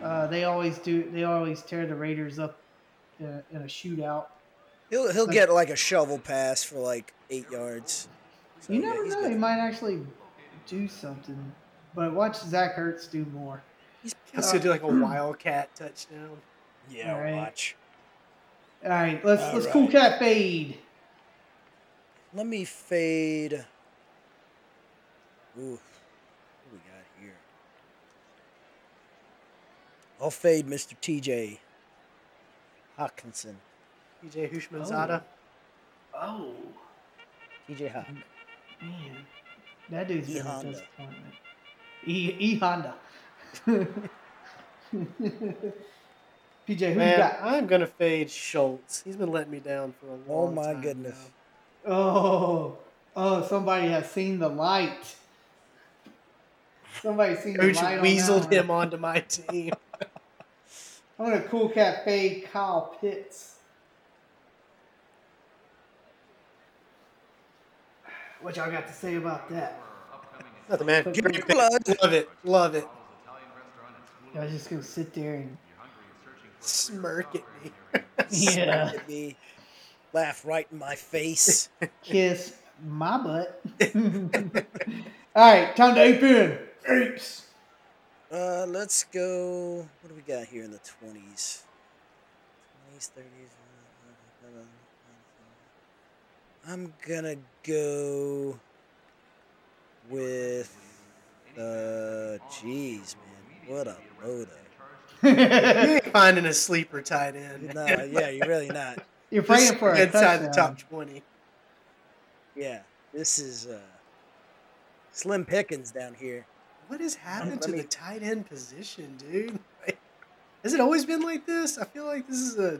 C: Uh, they always do. They always tear the Raiders up in a, in a shootout.
A: He'll he'll
C: Like-
A: get like a shovel pass for like eight yards. So,
C: You
A: yeah,
C: never
A: he's
C: know.
A: good.
C: He might actually do something. But watch Zach Ertz do more.
A: He's-
B: Let's go do like a wildcat touchdown.
A: yeah,
C: All right.
A: watch.
C: All right, let's
A: All
C: let's cool
A: right.
C: cat fade.
A: Let me fade. Ooh, what we got here? I'll fade Mr. T.J. Hawkinson.
B: PJ Hushmanzada.
C: Oh
A: T.J. Hawk.
C: man, that dude's been a
A: E-Honda.
C: disappointment. E E Honda. PJ, who you
B: Man,
C: got?
B: I'm gonna fade Schultz. He's been letting me down for a long time.
A: Oh my goodness.
B: now.
C: Oh, oh, somebody has seen the light. Somebody seen
B: Coach
C: the light. on that
B: weaseled
C: one.
B: him onto my team.
C: I'm gonna cool cat fade Kyle Pitts. What y'all got to say about that?
B: Nothing, man.
C: But-
B: Great pick.
A: Blood.
B: Love it. Love it.
C: Y'all just gonna sit there and
B: Smirk at me.
C: yeah,
A: Look at me. Laugh right in my face.
C: kiss my butt. All right, time to ape in. Apes.
A: Uh, let's go. What do we got here in the twenties? Twenties, thirties. I'm gonna go with. Uh, jeez, man, what a load of.
B: You ain't finding a sleeper tight end.
A: No, yeah, you're really not.
C: You're praying for a
B: inside
C: touchdown.
B: the top twenty.
A: Yeah, this is uh, slim pickings down here.
B: What has happened
A: Let
B: to
A: me-
B: the tight end position, dude? Like, has it always been like this? I feel like this is a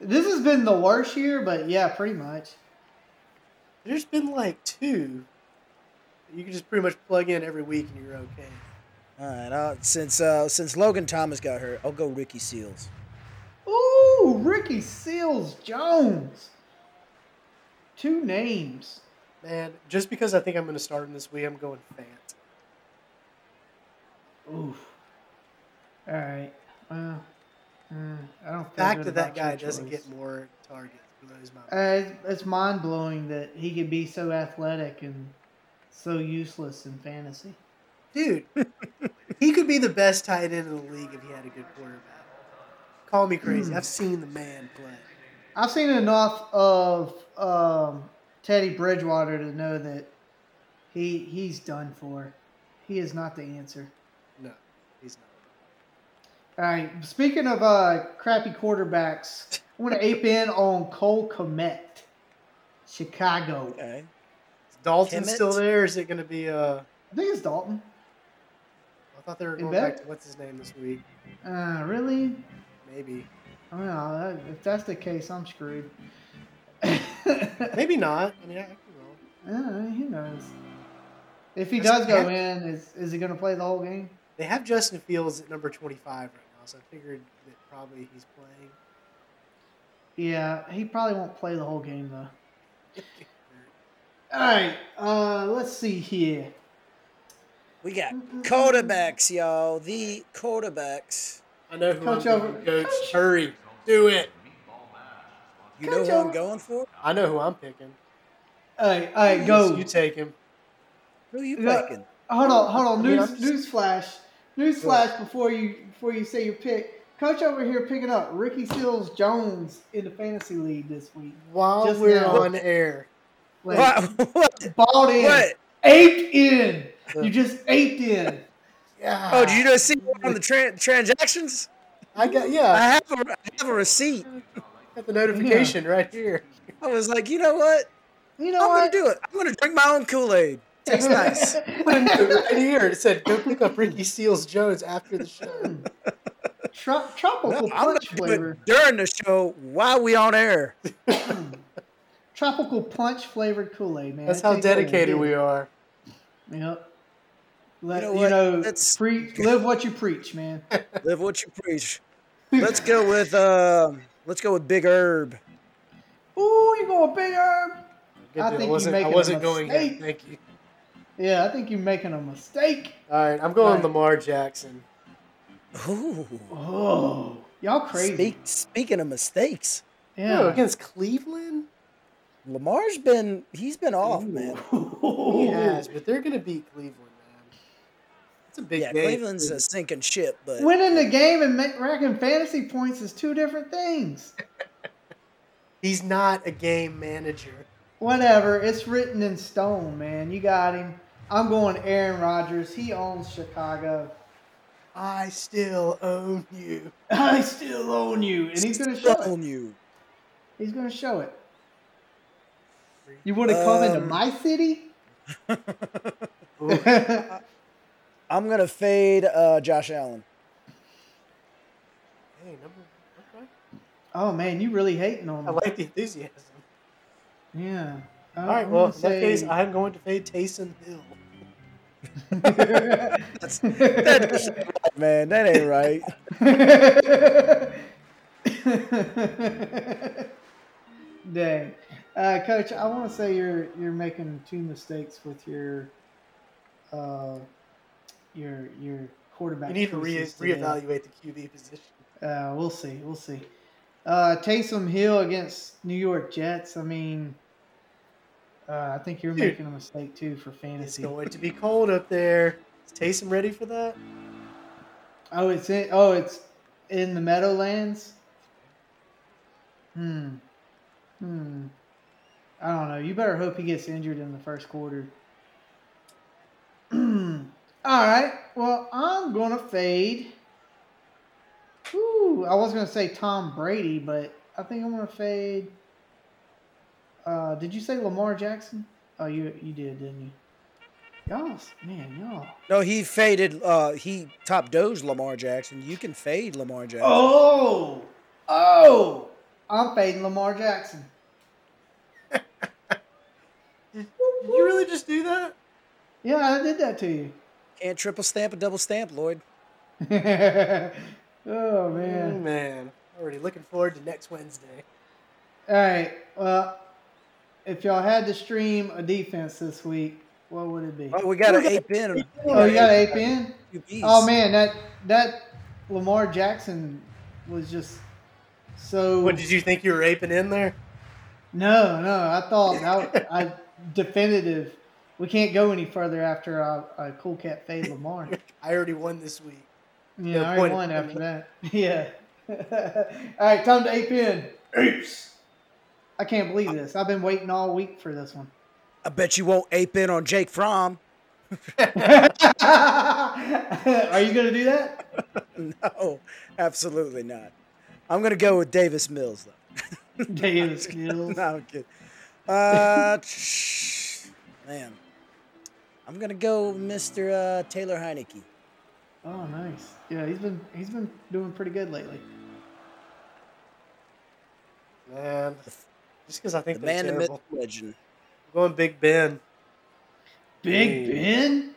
C: This has been the worst year, but yeah, pretty much.
B: There's been like two. You can just pretty much plug in every week and you're okay.
A: All right, I'll, since uh, since Logan Thomas got hurt, I'll go Ricky Seals.
C: Ooh, Ricky Seals Jones. Two names.
B: Man, just because I think I'm going to start him this week, I'm going Fant.
C: Oof. All right. Well, mm, I don't.
B: The
C: feel
B: fact
C: good
B: that that
C: about your
B: guy doesn't
C: choice.
B: get more targets blows my mind.
C: Uh, it's, it's mind blowing that he could be so athletic and so useless in fantasy.
B: Dude, he could be the best tight end in the league if he had a good quarterback. Call me crazy. I've seen the man play.
C: I've seen enough of um, Teddy Bridgewater to know that he he's done for. He is not the answer.
B: No, he's not.
C: All right. Speaking of uh, crappy quarterbacks, I want to ape in on Cole Komet, Chicago.
A: Okay.
B: Is Dalton
A: Kemet?
B: still there? Is it going to be? Uh,
C: I think it's Dalton.
B: I thought they were
C: You
B: going
C: bet.
B: back to what's his name this week.
C: Uh, really?
B: Maybe,
C: Well, that- if that's the case, I'm screwed.
B: maybe not. I mean, I, I could be wrong.
C: Uh, who knows? If he
B: That's
C: does go
B: half-
C: in, is is he going to play the whole game?
B: They have Justin Fields at number twenty-five right now, so I figured that probably he's playing.
C: Yeah, he probably won't play the whole game though. All right, uh, let's see here.
A: We got quarterbacks, y'all. The quarterbacks.
B: I know
C: who Coach I'm going over- to, coach. Coach.
B: Hurry, do it.
A: You know who I'm going for?
B: I know who I'm picking.
C: All right, all right, go.
B: You take him.
A: Who you
C: Yeah.
A: picking?
C: Hold on, hold
B: I
C: on.
B: mean,
C: News,
B: I'm just-
C: news flash, news flash. Before you, before you say your pick, coach over here picking up Ricky Seals Jones in the fantasy league this week.
B: While
C: Just
B: we're
C: now.
B: on air,
C: Like,
A: What? What?
C: Balled in,
A: what?
C: aped in.
B: Yeah.
C: You just aped in.
B: yeah.
A: Oh, did you just see
C: Uh.
A: it on the tran transactions?
B: I got
A: I
B: yeah.
A: have a, I have a receipt.
B: I got the notification right here.
A: I was like, you know what?
C: You know
A: I'm gonna
C: what?
A: do it. I'm gonna drink my own Kool Aid. Tastes nice.
B: right here. It said, "Go pick up Ricky Seals Jones after the show."
C: Tro- tropical
A: No, I'm gonna
C: punch
A: do
C: flavor.
A: it during the show while we on air.
C: Tropical punch flavored Kool Aid, man.
B: That's
C: It
B: how
C: tastes like
B: dedicated
C: it.
B: we are.
C: Yep. Let,
A: know
C: you know,
A: what? Let's-
C: pre- live what you preach, man.
A: Live what you preach. Let's go with um. Let's go with Big Herb.
C: Ooh, you going big herb?
B: Good
C: I
B: deal.
C: think
B: I
C: you
B: wasn't,
C: making
B: I
C: a
B: wasn't going. there.
C: mistake.
B: Thank you.
C: Yeah, I think you're making a mistake.
B: All right, I'm going
C: Right.
B: Lamar Jackson.
A: Ooh.
C: Oh, y'all crazy.
A: Speak, speaking of mistakes,
C: Yeah.
B: Ooh, against Cleveland.
A: Lamar's been he's been off, man.
B: He has, but they're gonna beat Cleveland, man. It's a big
A: Yeah,
B: game.
A: Cleveland's a sinking ship, but
C: Winning the game and ma- racking fantasy points is two different things.
B: He's not a game manager.
C: Whatever, it's written in stone, man. You got him. I'm going Aaron Rodgers. He owns Chicago.
B: I still own you.
C: I still own you, and he's going to show
A: still
C: it.
A: on you.
C: He's going to show it. You want to come into
A: Um,
C: my city?
B: Ooh,
A: I'm gonna fade uh, Josh Allen.
B: hey, number, okay.
C: oh man, you really hating on
B: I
C: him?
B: like the enthusiasm.
C: Yeah.
B: All right, well, in that case, I'm going to fade Taysom Hill.
A: That's, that ain't right, man, that ain't right.
C: Dang, uh, Coach, I want to say you're you're making two mistakes with your, uh, your your quarterback.
B: We need to re-
C: choices today.
B: reevaluate the QB position.
C: Uh, we'll see. We'll see. Uh, Taysom Hill against New York Jets. I mean, uh, I think you're
B: Dude.
C: making a mistake too for
B: It's
C: fantasy.
B: going to be cold up there. Is Taysom ready for that?
C: Oh, it's in. Oh, it's in the Meadowlands. Hmm. Hmm. I don't know. You better hope he gets injured in the first quarter. All right. Well, I'm gonna fade. Ooh, I was gonna say Tom Brady, but I think I'm gonna fade. Uh, did you say Lamar Jackson? Oh, you you did, didn't you? Y'all, man, y'all.
A: No, he faded. Uh, he top dosed Lamar Jackson. You can fade Lamar Jackson.
C: Oh, oh, I'm fading Lamar Jackson.
B: Did, did you really just do that?
C: Yeah, I did that to you.
A: Can't triple stamp a double stamp, Lloyd.
C: oh
B: Mm,
C: man.
B: man. Already looking forward to next Wednesday.
C: All right. Well, if y'all had to stream a defense this week, what would it be?
A: Oh, we got an
B: got
A: ape in.
C: Oh, you got ape in?
A: QBs.
C: Oh man, that that Lamar Jackson was just so.
B: What did you think you were aping in there?
C: No, no, I thought that I definitive. We can't go any further after a, a cool cat fade Lamar.
B: I already won this week.
C: Yeah, I
B: point
C: already
B: of
C: won after that. Yeah. all right, time to ape in. Apes. I can't believe this. I've been waiting all week for this one.
A: I bet you won't ape in on Jake Fromm.
C: Are you gonna do that?
A: No, absolutely not. I'm gonna go with Davis Mills though.
C: Davis Mills.
A: No, I'm kidding. Uh, tsh- man, I'm gonna go Mr. Uh, Taylor Heineke.
C: Oh, nice. Yeah, he's been he's been doing pretty good lately.
B: Man. Just because I
A: The
B: think they're
A: man, the myth,
B: terrible.
A: the legend.
B: I'm going Big Ben.
C: Big
B: Hey.
C: Ben.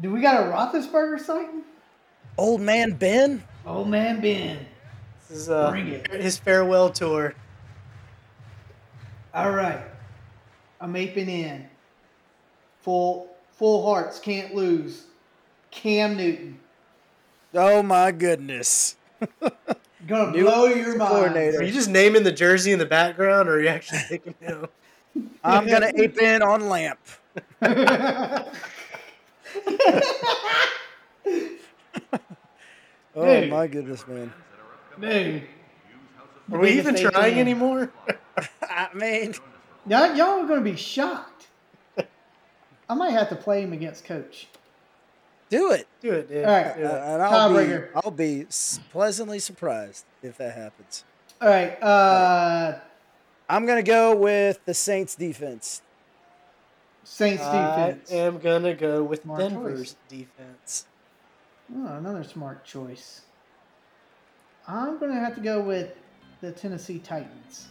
C: Do we got a Roethlisberger sighting?
A: Old man Ben.
C: Old man Ben.
B: This is uh,
C: Bring it.
B: his farewell tour.
C: All right. I'm aping in. Full full hearts can't lose. Cam Newton.
A: Oh my goodness.
C: Gonna
A: New
C: blow your mind.
A: coordinator.
B: Are you just naming the jersey in the background, or are you actually picking him?
A: I'm gonna ape in on Lamp. Oh
C: Dude.
A: my goodness, man.
C: Dude.
B: Are we
C: Biggest
B: even
C: ape
B: trying
C: in.
B: anymore?
A: I mean,
C: Y'all, y'all are gonna be shocked. I might have to play him against coach.
A: do it.
B: Do it, dude.
C: All right.
B: Do it.
A: Uh, and I'll be,
C: Tiebreaker.
A: I'll be s- pleasantly surprised if that happens.
C: All right, uh
A: I'm gonna go with the Saints defense.
C: Saints
A: Uh,
C: defense.
B: I am gonna go with
C: Smart
B: Denver's
C: choice.
B: defense.
C: Oh, another smart choice. I'm going to have to go with the Tennessee Titans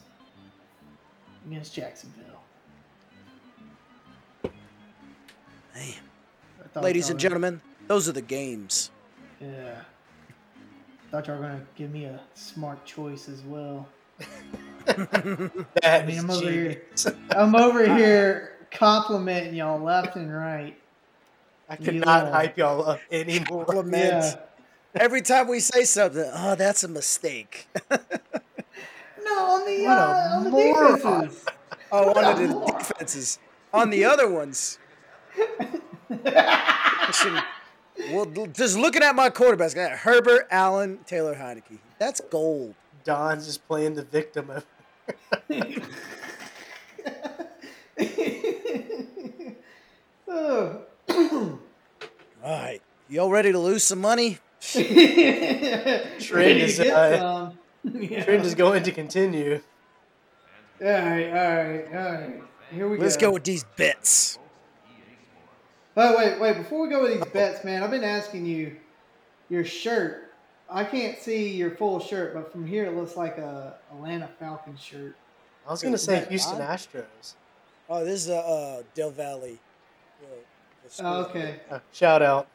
C: against Jacksonville.
A: Man.
C: I thought
A: Ladies
C: y'all
A: and
C: were-
A: gentlemen, those are the games.
C: Yeah. Thought you were going to give me a smart choice as well.
B: That
C: I mean,
B: is
C: I'm over here.
B: genius.
C: I'm over here complimenting y'all left and right.
B: I could
C: You
B: not
C: are.
B: hype y'all up anymore.
A: compliments.
C: Yeah.
A: Every time we say something, oh, that's a mistake.
C: No, on the,
B: What a
C: uh, on the
B: moron.
C: defenses.
A: Oh,
C: What
A: on
C: a
A: the
C: moron.
A: defenses. On the other ones, I shouldn't- well, l- just looking at my quarterbacks, I got Herbert, Allen, Taylor Heineke. That's gold.
B: Don's just playing the victim of.
C: oh.
A: All right, y'all ready to lose some money?
C: Trend
B: is, uh,
C: uh, yeah.
B: Trend is going to continue.
C: All right, all right, all right. Here we
A: Let's
C: go.
A: go with these bets.
C: Oh wait, wait. Before we go with these bets, man, I've been asking you your shirt. I can't see your full shirt, but from here it looks like a Atlanta Falcons shirt.
B: I was gonna
C: Is
B: say
C: that
B: Houston
A: Don?
B: Astros.
A: Oh, this is a uh, Del Valley. uh, school.
C: Oh, okay.
B: Oh, shout out,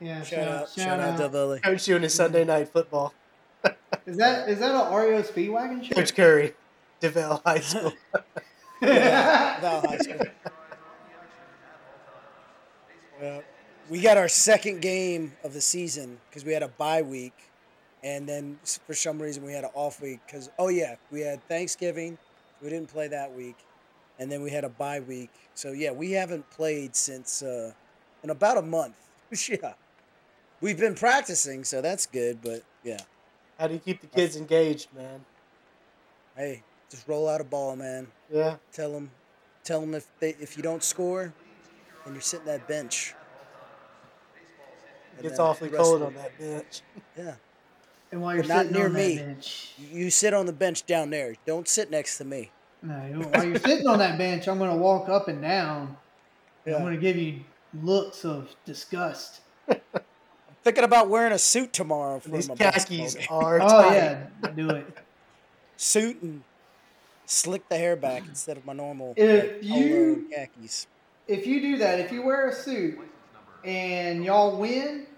C: Yeah. Shout,
A: Shout out, shout out, Del
C: out.
A: Valley.
B: Coach, you in his Sunday night football.
C: Is that is that an Oreo Speedwagon shirt?
B: Coach Curry, DeVal High School.
A: Yeah, Val High School. Yeah. we got our second game of the season because we had a bye week, and then s- for some reason we had an off week because oh yeah, we had Thanksgiving, we didn't play that week, and then we had a bye week. So yeah, we haven't played since uh, in about a month. yeah, we've been practicing, so that's good. But yeah,
B: How do you keep the kids engaged, man?
A: hey, just roll out a ball, man.
B: Yeah,
A: Tell them, tell them if they, if you don't score, and you're sitting that bench.
B: it
A: And
B: gets
A: then
B: awfully
A: the rest
B: cold
A: of-
B: on that bench.
A: Yeah,
C: and while you're
A: But not
C: sitting
A: near
C: on
A: me.
C: that bench,
A: you you sit on the bench down there. Don't sit next to me.
C: no, while you're sitting on that bench, I'm gonna walk up and down. and I'm
A: Yeah.
C: gonna give you looks of disgust.
A: I'm thinking about wearing a suit tomorrow for
B: These
A: my basketball
B: khakis
A: game.
B: are
C: Oh
B: tight.
C: yeah, do it.
A: suit and slick the hair back instead of my normal
C: If
A: polo
C: you-
A: and khakis.
C: If you do that, if you wear a suit and y'all win,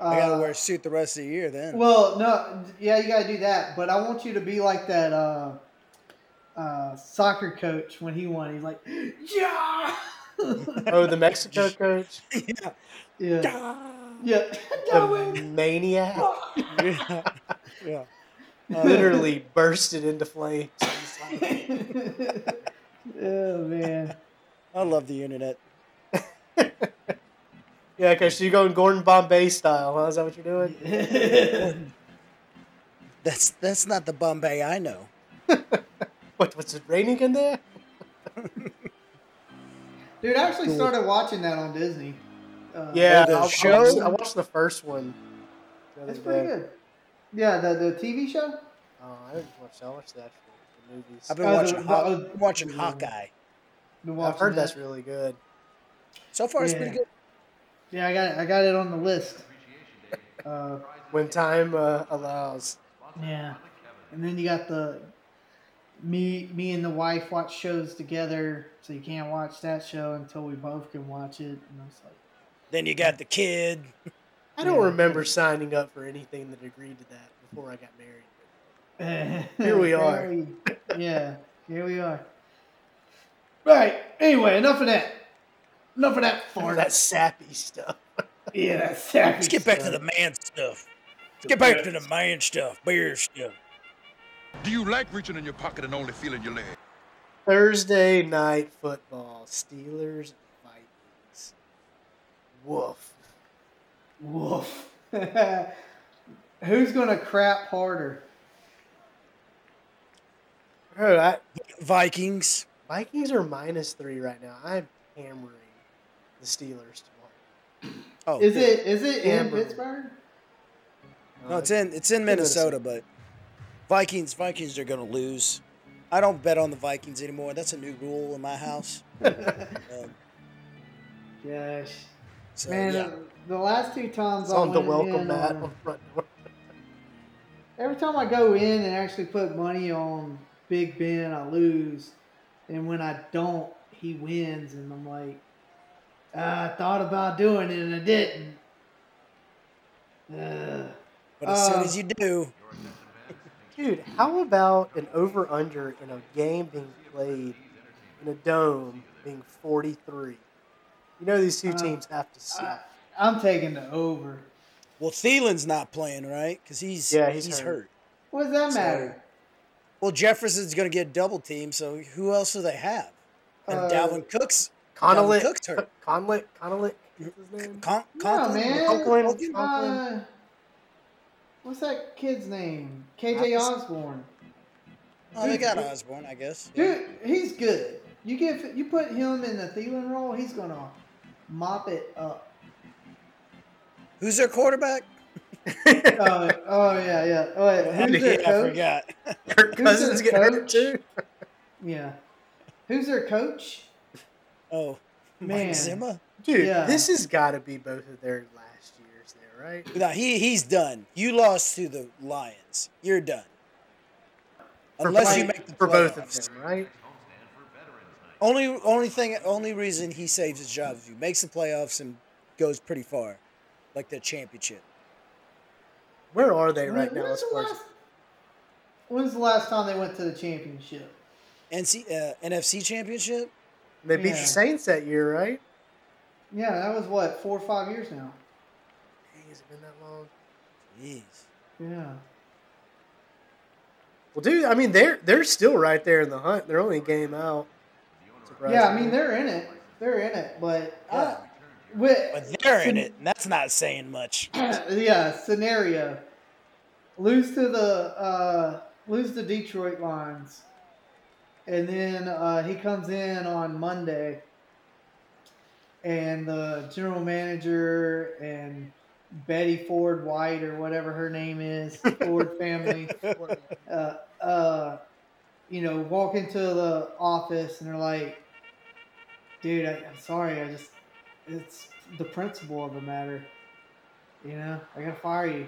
A: I gotta
C: uh,
A: wear a suit the rest of the year then.
C: Well, no, yeah, you gotta do that. But I want you to be like that uh, uh, soccer coach when he won. He's like, yeah,
B: Oh, the Mexico coach,
C: yeah,
A: yeah.
C: yeah.
B: the maniac,
A: yeah.
B: literally bursted into flames. on the sideline.
C: oh man,
A: I love the internet.
B: Yeah, okay, so you're going Gordon Bombay style, huh? Is that what you're doing?
A: That's that's not the Bombay I know.
B: What, was it raining in there?
C: dude, I actually started watching that on Disney. Uh,
B: Yeah,
A: the
B: I- I,
A: show?
B: watched, I watched the first one. the other
C: that's pretty
B: day.
C: good. Yeah, the the TV show.
B: Oh, I didn't watch that. I watched the actual the movies.
A: I've been
C: Oh, the-
A: watching
C: the-
A: Haw-
C: oh,
A: watching
C: yeah.
A: Hawkeye.
C: Been
B: I've
C: watching
B: heard
C: that.
B: that's really good.
A: So far it's pretty
C: Yeah.
A: good.
C: Yeah, I got it, I got it on the list. Uh,
B: When time uh, allows.
C: yeah, and then you got the me me and the wife watch shows together, so you can't watch that show until we both can watch it. And I was like,
A: Then you got the kid.
B: I don't
C: Yeah.
B: remember signing up for anything that agreed to that before I got married.
C: here
B: we are.
C: we- yeah, here we are. Right. Anyway, enough of that. Enough of that
B: Or
C: fart.
B: that sappy stuff.
C: yeah, that sappy
A: Let's get back to the
C: stuff.
A: man stuff. Let's get back to the man stuff, beer stuff.
D: Do you like reaching in your pocket and only feeling your leg?
B: Thursday night football. Steelers and Vikings. Woof.
C: woof. Who's gonna crap harder?
B: Bro, I,
A: Vikings.
B: Vikings are minus three right now. I'm hammering the Steelers tomorrow.
A: Oh,
C: Is
A: good.
C: it is it in
B: Amber.
C: Pittsburgh?
A: No,
B: Um,
A: it's in it's in Minnesota, but Vikings Vikings are gonna lose. I don't bet on the Vikings anymore. That's a new rule in my house. Um,
C: Gosh,
A: so,
C: man,
A: yeah.
C: the last two times
B: It's
C: I
B: on the
C: went
B: welcome
C: in
B: mat
C: on-
B: on front door.
C: every time I go in and actually put money on Big Ben, I lose, and when I don't, he wins, and I'm like, "Ah, I thought about doing it and I didn't. Ugh.
A: But as soon
C: uh,
A: as you do,
B: Dude, how about an over under in a game being played in a dome being 43? You know these two
C: Uh,
B: teams have to see.
C: I, I'm taking the over.
A: well, Thielen's not playing, right? Because he's
B: Yeah, he's
A: hurt.
B: hurt.
C: What does that
A: So,
C: matter?
A: Well, Jefferson's gonna get double teamed. So who else do they have? And
C: Uh,
A: Dalvin Cooks. Dalvin
B: Conlett.
A: Cooks hurt.
B: Conlett. Conlett. What's his name?
A: Con-
C: No,
A: Conklin?
C: man.
A: Conklin?
B: Conklin.
C: Uh, what's that kid's name? KJ
A: Hopkins.
C: Osborne.
A: Oh, they got
C: Dude.
A: Osborne, I guess. Yeah.
C: Dude, he's good. You give you put him in the Thielen role, he's gonna mop it up.
A: Who's their quarterback?
C: Uh, oh yeah, yeah. Oh, wait,
A: Yeah,
C: who's their
A: I
C: coach?
A: forgot.
B: Kirk
C: their
B: Cousins get hurt
C: coach?
B: too.
C: Yeah. Who's their coach?
A: Oh,
C: Man.
A: Mike Zimmer.
B: Dude,
C: Yeah.
B: this has got to be both of their last years there, right?
A: No, he he's done. You lost to the Lions. You're done.
B: For
A: Unless
B: both-
A: you make the
B: for both of
A: playoffs.
B: them, right?
A: Only only thing only reason he saves his job is he makes the playoffs and goes pretty far, like the championship.
B: Where are they right
C: When-
B: now?
C: when's
B: As
C: the
B: far as
C: last- When's the last time they went to the championship?
A: NC uh, NFC championship.
B: they beat
C: Yeah.
B: the Saints that year, right?
C: Yeah, that was what four or five years now.
B: Dang, has it been that long?
A: Jeez.
C: Yeah.
B: Well, dude, I mean they're they're still right there in the hunt. They're only a game out.
C: Yeah, I
B: Surprisingly.
C: mean they're in it. They're in it, but uh,
A: Yeah.
C: with,
A: But they're in it, and that's not saying much.
C: yeah, scenario. Lose to the uh, lose the Detroit Lions, and then uh, he comes in on Monday, and the general manager and Betty Ford White or whatever her name is, Ford family, uh, uh, you know, walk into the office and they're like, "Dude, I, I'm sorry, I just it's the principle of the matter." You know, I gotta fire you.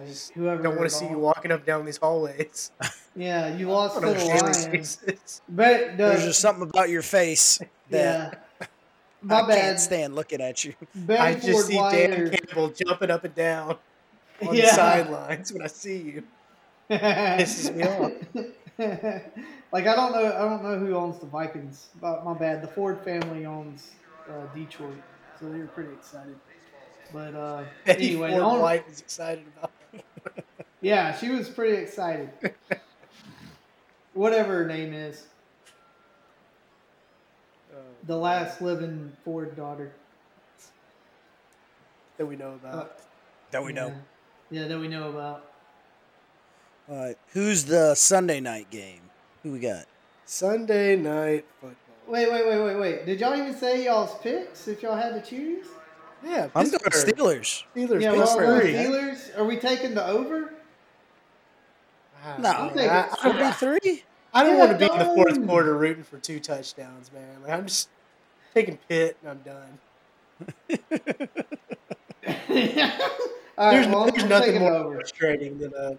B: I just
C: Whoever
B: don't want
C: it
B: to see you
C: all-
B: walking up and down these hallways.
C: Yeah, you lost
B: on
C: to
B: a
C: the
B: daily
C: Lions.
B: basis.
C: But the,
A: There's just something about your face that
C: yeah. My
A: I
C: bad.
A: can't stand looking at you.
B: I
C: Bedford
B: just see Dan
C: Wire.
B: Campbell jumping up and down on the
C: Yeah.
B: sidelines when I see you. pisses me off.
C: like I don't know, I don't know who owns the Vikings, but my bad. The Ford family owns uh, Detroit, so they were pretty excited. But uh,
B: Betty
C: anyway,
B: Ford
C: on-
B: White is excited about it.
C: yeah, she was pretty excited. Whatever her name is,
B: Uh,
C: the last living Ford daughter.
B: that we know
C: uh,
B: about.
A: That we know.
C: Yeah, Yeah, that we know about.
A: All right, who's the Sunday night game? Who we got?
B: Sunday night football.
C: Wait, wait, wait, wait, wait. Did y'all even say y'all's picks if y'all had to choose?
B: Yeah,
A: I'm going
B: Pittsburgh.
A: Steelers.
B: Steelers.
C: yeah, well,
B: Pittsburgh.
C: the
A: three.
C: Steelers. Are we taking the over?
B: Wow,
A: No.
B: man,
A: I'll
C: take
B: I,
C: it.
B: I-
A: Could be three.
B: I don't
C: Yeah,
B: want to be in the fourth
C: done.
B: quarter rooting for two touchdowns, man. Like I'm just taking Pitt and I'm done.
C: All
B: there's,
C: right, well,
B: there's nothing
C: I'm taking
B: more
C: the over.
B: frustrating than uh,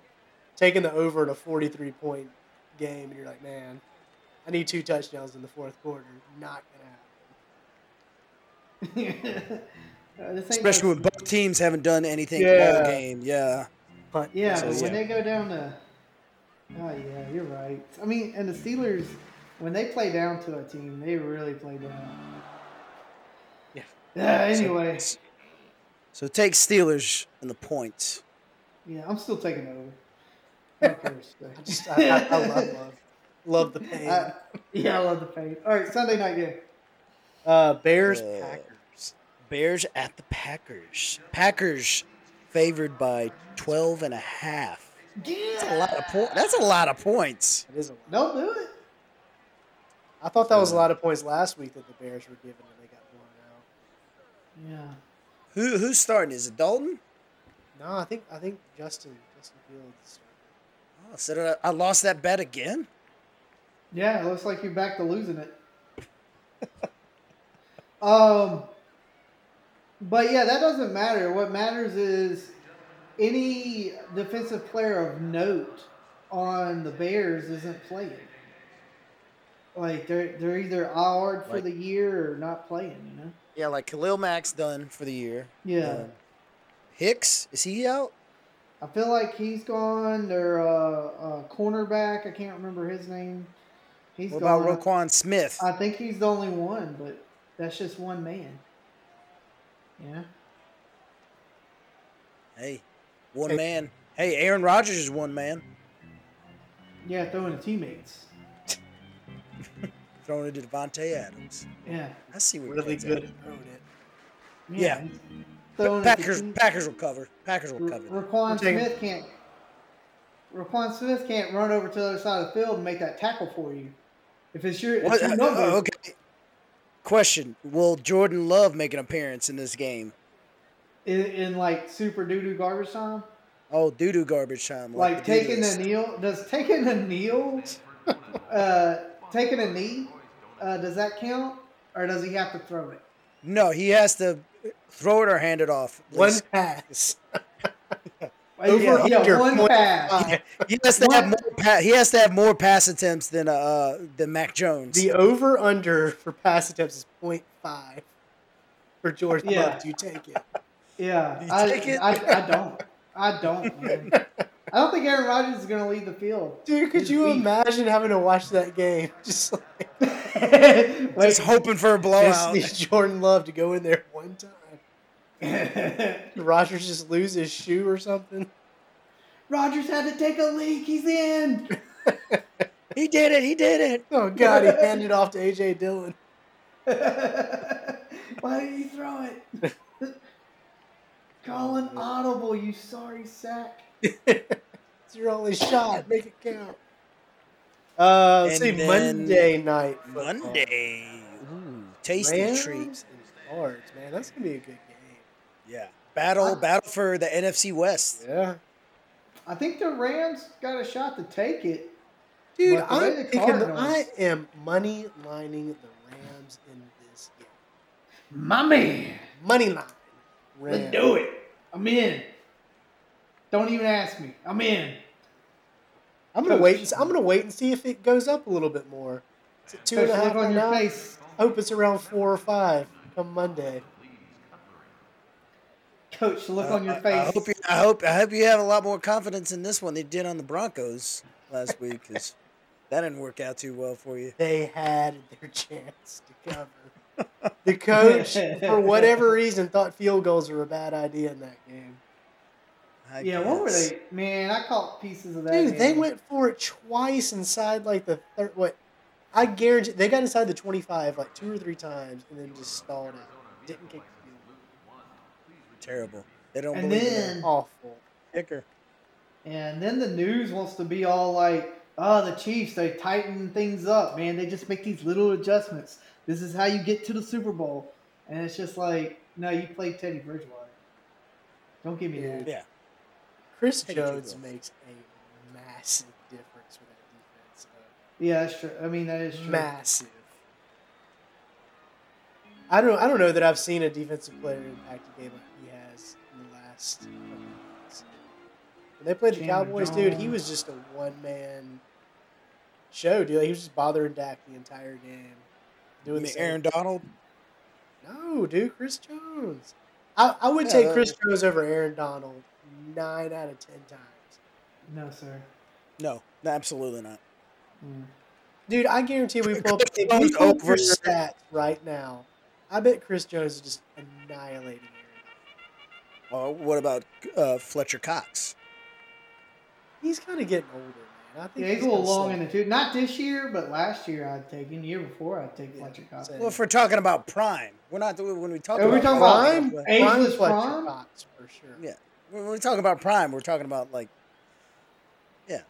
B: taking the over in a 43 point game, and you're like, man, I need two touchdowns in the fourth quarter. Not gonna happen.
C: Uh, this ain't
A: Especially
C: no-
A: when both teams haven't done anything all
B: Yeah.
A: game. Yeah.
B: Punt.
C: yeah,
A: So,
C: but when
A: yeah.
C: they go down to oh yeah, you're right. I mean, and the Steelers when they play down to a team, they really play down.
B: Yeah.
C: Yeah. Anyway,
A: So, so take Steelers and the points.
C: yeah, I'm still taking over. Who cares?
B: I just, I, I, I love, love, love the pain.
C: I- yeah, I love the pain. All right, Sunday night game.
B: Uh, Bears,
A: Uh,
B: Packers.
A: Bears at the Packers. Packers favored by 12 and a half. That's a lot of po- That's a lot of points.
B: That is a lot.
C: Don't do it.
B: I thought that was a lot of points last week that the Bears were given and they got blown out.
C: Yeah.
A: Who who's starting? Is it Dalton?
B: No, I think I think Justin Justin Fields.
A: Oh, so did I, I lost that bet again.
C: Yeah, it looks like you're back to losing it. um, but yeah, that doesn't matter. What matters is any defensive player of note on the Bears isn't playing. Like they're they're either IR'd for
A: Like-
C: the year or not playing. You know.
A: Yeah, like Khalil Mack's done for the year.
C: Yeah,
A: Um, Hicks is he out?
C: I feel like he's gone. Their uh, uh, cornerback, I can't remember his name. He's
A: what
C: gone.
A: about Roquan Smith?
C: I think he's the only one, but that's just one man. Yeah.
A: hey, one
B: Hey.
A: man. Hey, Aaron Rodgers is one man.
C: Yeah, throwing to teammates.
A: Throwing it to Devontae Adams.
C: Yeah.
A: I see where
B: Really
A: Craig's
B: good
A: At.
B: at throwing it.
A: Yeah.
C: he's
A: But
C: throwing it to
A: Packers,
C: team-
A: Packers will cover. Packers will cover.
C: Ra-
A: that.
C: Raquan
B: We'll take
C: Smith can't. Raquan Smith can't run over to the other side of the field and make that tackle for you. If it's your,
A: What-
C: it's your
A: uh,
C: number.
A: uh, okay. Question: Will Jordan Love make an appearance in this game?
C: in, in like super doo doo garbage time,
A: Oh, doo doo garbage time.
C: like
A: the doo-doo
C: taking
A: is.
C: a kneel. Does taking a kneel, uh, taking a knee, uh, does that count, or does he have to throw it?
A: No, he has to throw it or hand it off. at
B: One
A: least.
B: pass.
C: Like,
B: Over
C: yeah,
B: under
C: yeah, one
B: point
C: pass.
B: five.
A: He has to have
C: What?
A: more. Pa- he has to have more pass attempts than uh than Mac Jones.
B: The over under for pass attempts is 0.5 for George Love.
C: Yeah.
B: Do you take it?
C: Yeah,
A: You
C: I,
A: take it?
C: I, I don't. I don't, man. I don't think Aaron Rodgers is going to lead the field.
B: Dude, could
C: He's
B: you
C: beat.
B: imagine having to watch that game? Just like
A: Just hoping for a
B: just
A: blowout.
B: need Jordan Love to go in there one time. Rogers just lose his shoe or something.
C: Rodgers had to take a leak. He's in.
A: He did it. He did it.
B: Oh God, he handed off to AJ Dillon.
C: Why did you throw it? Call an audible, you sorry sack.
B: It's your only shot. Make it count. Uh, let's see,
A: And then-
B: Monday night. football.
A: Monday. Ooh, tasty
B: Rams
A: treats.
B: and Cards, man. That's gonna be a good game.
A: Yeah. Battle,
C: I-
A: battle for the NFC West.
B: Yeah,
C: I think the Rams got a shot to take it.
B: dude.
C: But the way the
B: I'm thinking
C: Cardinals-
B: I am money lining the Rams in this game.
C: My man.
B: Money line.
C: Let's
B: Rams.
C: do it. I'm in. Don't even ask me. I'm in.
B: I'm gonna wait. and- I'm gonna wait and see if it goes up a little bit more. It's at two and a
C: Especially
B: half
C: look on
B: right
C: your
B: now.
C: face.
B: I hope it's around four or five come Monday.
C: Coach, the look on your
A: Uh, I-
C: face.
A: I, hope you, I hope I hope you have a lot more confidence in this one than you did on the Broncos last week because that didn't work out too well for you.
B: They had their chance to cover. The coach, for whatever reason, thought field goals were a bad idea in that game.
A: I
C: yeah, what were
A: guess.
C: they? Man, I caught pieces of that.
B: Dude, they
C: game.
B: went for it twice inside like the third. What? I guarantee they got inside the 25 like two or three times and then just stalled it. Didn't kick the field.
A: Terrible. They don't
C: And
A: believe
C: then-
A: in that
B: Awful.
A: kicker.
C: And then the news wants to be all like, oh, the Chiefs, they tighten things up, man. They just make these little adjustments. This is how you get to the Super Bowl. And it's just like, no, you play Teddy Bridgewater. Don't give me that.
A: Yeah,
B: Chris
A: Hey, did you
B: Jones
A: go?
B: makes a massive difference with that defense. though.
C: Yeah, that's true. I mean, that is true.
B: Massive. I don't. I don't know that I've seen a defensive player impact a game like he has in the last. couple of months. When they played the
C: Chandler
B: Cowboys, dude, he
C: Jones.
B: was just a one man show, dude. He was just bothering Dak the entire game.
A: I
B: Doing the
A: mean,
B: same
A: Aaron Donald.
B: no, dude, Chris Jones. I, I would
A: Yeah,
B: take
A: that-
B: Chris Jones over Aaron Donald nine out of ten times.
C: No, sir.
A: No, no, absolutely not.
C: Mm.
B: Dude, I guarantee we pull up
A: Chris
B: if we
A: Jones
B: pull up your
A: over-
B: stats right now. I bet Chris Jones is just annihilating Aaron. Donald.
A: Uh, what about uh, Fletcher Cox?
B: He's kind of getting older, man. I think
C: Yeah, he's a
B: gonna
C: little long in
B: slip.
C: the tooth. Not this year, but last year I'd take him. The year before I'd take
B: Yeah,
C: Fletcher Cox.
B: same.
A: Well, if we're talking about prime, we're not when we talk.
C: Are we
A: about
C: talking about
A: prime,
B: prime,
A: but
C: Ageless
B: prime Fletcher
C: prime?
B: Cox for sure.
A: Yeah. when we talk about prime, we're talking about like, yeah,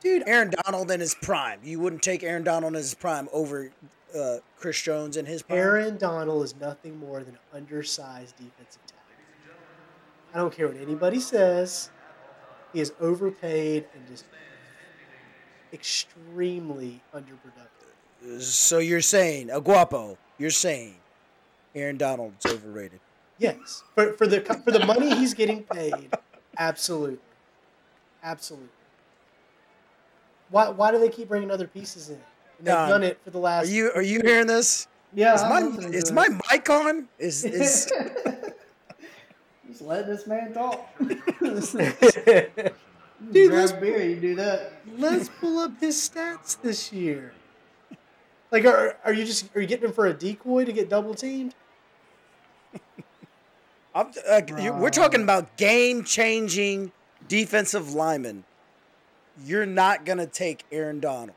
B: Dude,
A: Aaron Donald in his prime. You wouldn't take Aaron Donald in his prime over uh, Chris Jones in his prime.
B: Aaron Donald is nothing more than an undersized defensive tackle. I don't care what anybody says. He is overpaid and just extremely underproductive.
A: So you're saying Aguapo? You're saying Aaron Donald's overrated?
B: Yes, for, for the for the money he's getting paid, absolutely, absolutely. Why why do they keep bringing other pieces in? And they've
A: Don,
B: done it for the
A: Are
B: last.
A: you are you hearing this?
C: Yeah,
A: Is
C: I'm
A: my
C: listening to
A: is
C: it.
A: my mic on? Is is
C: Just let this man talk.
B: Dude,
C: Grab
B: let's-
C: a beer, you do that.
B: Let's pull up his stats this year. Like, are are you just are you getting him for a decoy to get double teamed?
A: I'm, uh, you, we're talking about game changing defensive linemen. You're not gonna take Aaron Donald.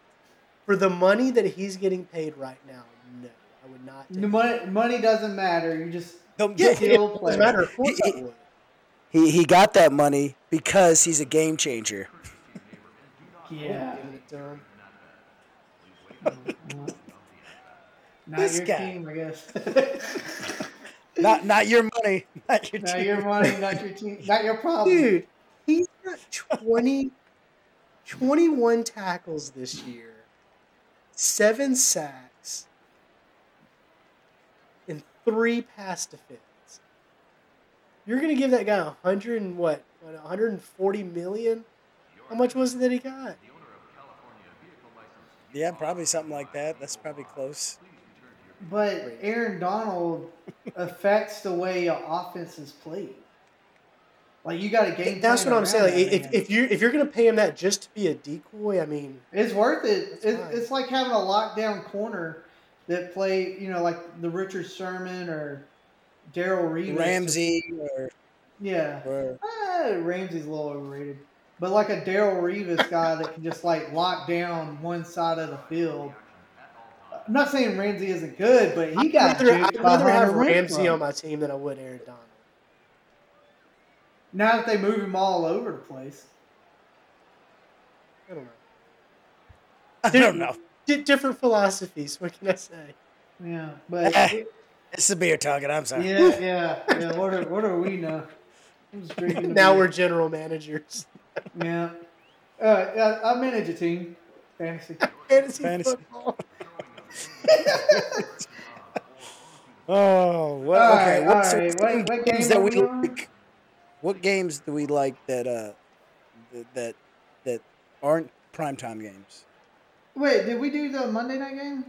B: For the money that he's getting paid right now, no, I would not. take
C: The money, money doesn't matter. You just
A: The-
B: it.
C: Yeah. Skill
B: it
C: player.
B: doesn't matter. Of course, I
A: He-
B: would.
A: He he got that money because he's a game changer.
C: yeah.
B: Give it to him.
C: Not
A: This
C: your
A: guy.
C: team, I guess.
A: Not not your money. Not your
C: not
A: team.
C: your money, not your team, not your problem.
B: Dude, he's got 20, 21 tackles this year, seven sacks, and three pass defense. You're gonna give that guy a hundred and what? What, 140 million? How much was it that he got?
A: Yeah, probably something like that. That's probably close.
C: But Aaron Donald affects the way your offense is played. Like you got a game.
B: That's
C: plan
B: what I'm
C: around
B: saying. Like,
C: that,
B: if,
C: man.
B: if you if you're gonna pay him that just to be a decoy, I mean,
C: It's worth it.
B: That's
C: It's,
B: fine.
C: it's like having a lockdown corner that play, you know, like the Richard Sherman or Daryl Reeves.
A: Ramsey or,
C: Yeah.
A: or
C: Ah, Ramsey's a little overrated. But like a Daryl Reeves guy that can just like lock down one side of the field. I'm not saying Ramsey isn't good, but he got
B: I'd rather,
C: duped
B: I'd
C: by
B: rather have
C: Hunter
B: Ramsey
C: Renfrow.
B: on my team than I would Aaron Donald.
C: Now that they move him all over the place,
B: I don't know.
A: I don't know.
B: Di- different philosophies. What can I say?
C: yeah. But yeah,
A: Eh, it's the beer talking. I'm sorry.
C: yeah, yeah. What are what are we now? I'm just drinking the
B: now
C: beer.
B: we're general managers.
C: Yeah. Uh, yeah, I manage a team. Fantasy.
B: Fantasy,
A: Fantasy.
B: football.
A: Oh, what,
C: All
A: okay.
C: right,
A: what's
C: all
A: the Oh,
C: right. What- what game
A: games that
C: are
A: we
C: we on?
A: like? What games do we like that uh th- that that aren't primetime games?
C: Wait, did we do the Monday night game?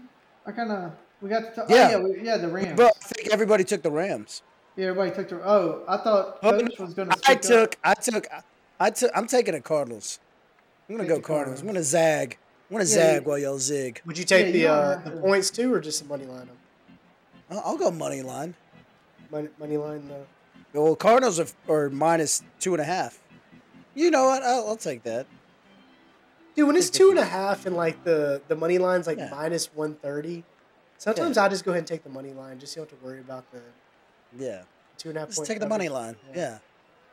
C: I kind of we got to talk.
A: Yeah.
C: oh, yeah, we, yeah, the Rams.
A: But I think everybody took the Rams.
C: yeah, everybody took the. Oh, I thought
A: Oh,
C: Coach was going to.
A: I took I took I took I'm taking the Cardinals. I'm gonna
C: Take
A: go
C: the
A: Cardinals.
C: Cardinals.
A: I'm gonna zag. I'm gonna
C: Yeah,
A: zag
C: you-
A: while y'all zig.
B: Would you take
C: Yeah,
B: the
C: you don't
B: uh,
C: have
B: the
C: to.
B: points too, or just the money line? 'em?
A: I'll, I'll go money line.
B: Money, money line the.
A: Well, Cardinals are, are minus two and a half. You know what? I'll, I'll take that.
B: Dude, when it's two and a half and like the the money line's like
A: Yeah.
B: minus one thirty, sometimes I just go ahead and take the money line. Just you don't have to worry about the
A: Yeah,
B: two and a half.
A: just
B: point
A: take the money
B: coverage.
A: line.
B: Yeah.
A: Yeah,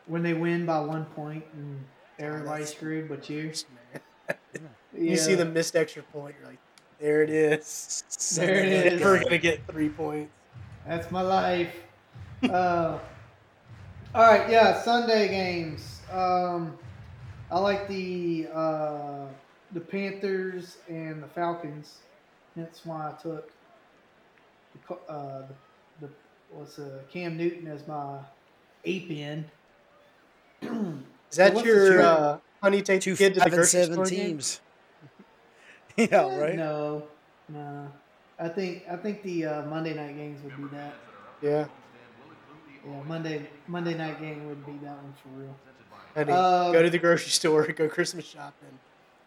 C: when they win by one point and everybody
B: that's-
C: screwed but you.
B: Man.
C: Yeah.
B: You see the missed extra point, you're like, there it is.
C: There it is.
B: Never gonna get three points.
C: That's my life. uh, all right, yeah, Sunday games. Um, I like the uh, the Panthers and the Falcons. Hence why I took the, Co- uh, the, the what's uh, Cam Newton as my ape in.
B: Is that
C: what's the
B: your
C: trade?
B: uh, honey take
A: Two
B: the kid to the
A: five and
B: grocery
A: seven
B: store teams.
A: teams. yeah, right.
C: No, no. I think I think the uh, Monday night games would be that.
B: Yeah,
C: Yeah, Monday Monday night game would be that one for real.
B: honey,
C: Uh,
B: go to the grocery store, go Christmas shopping.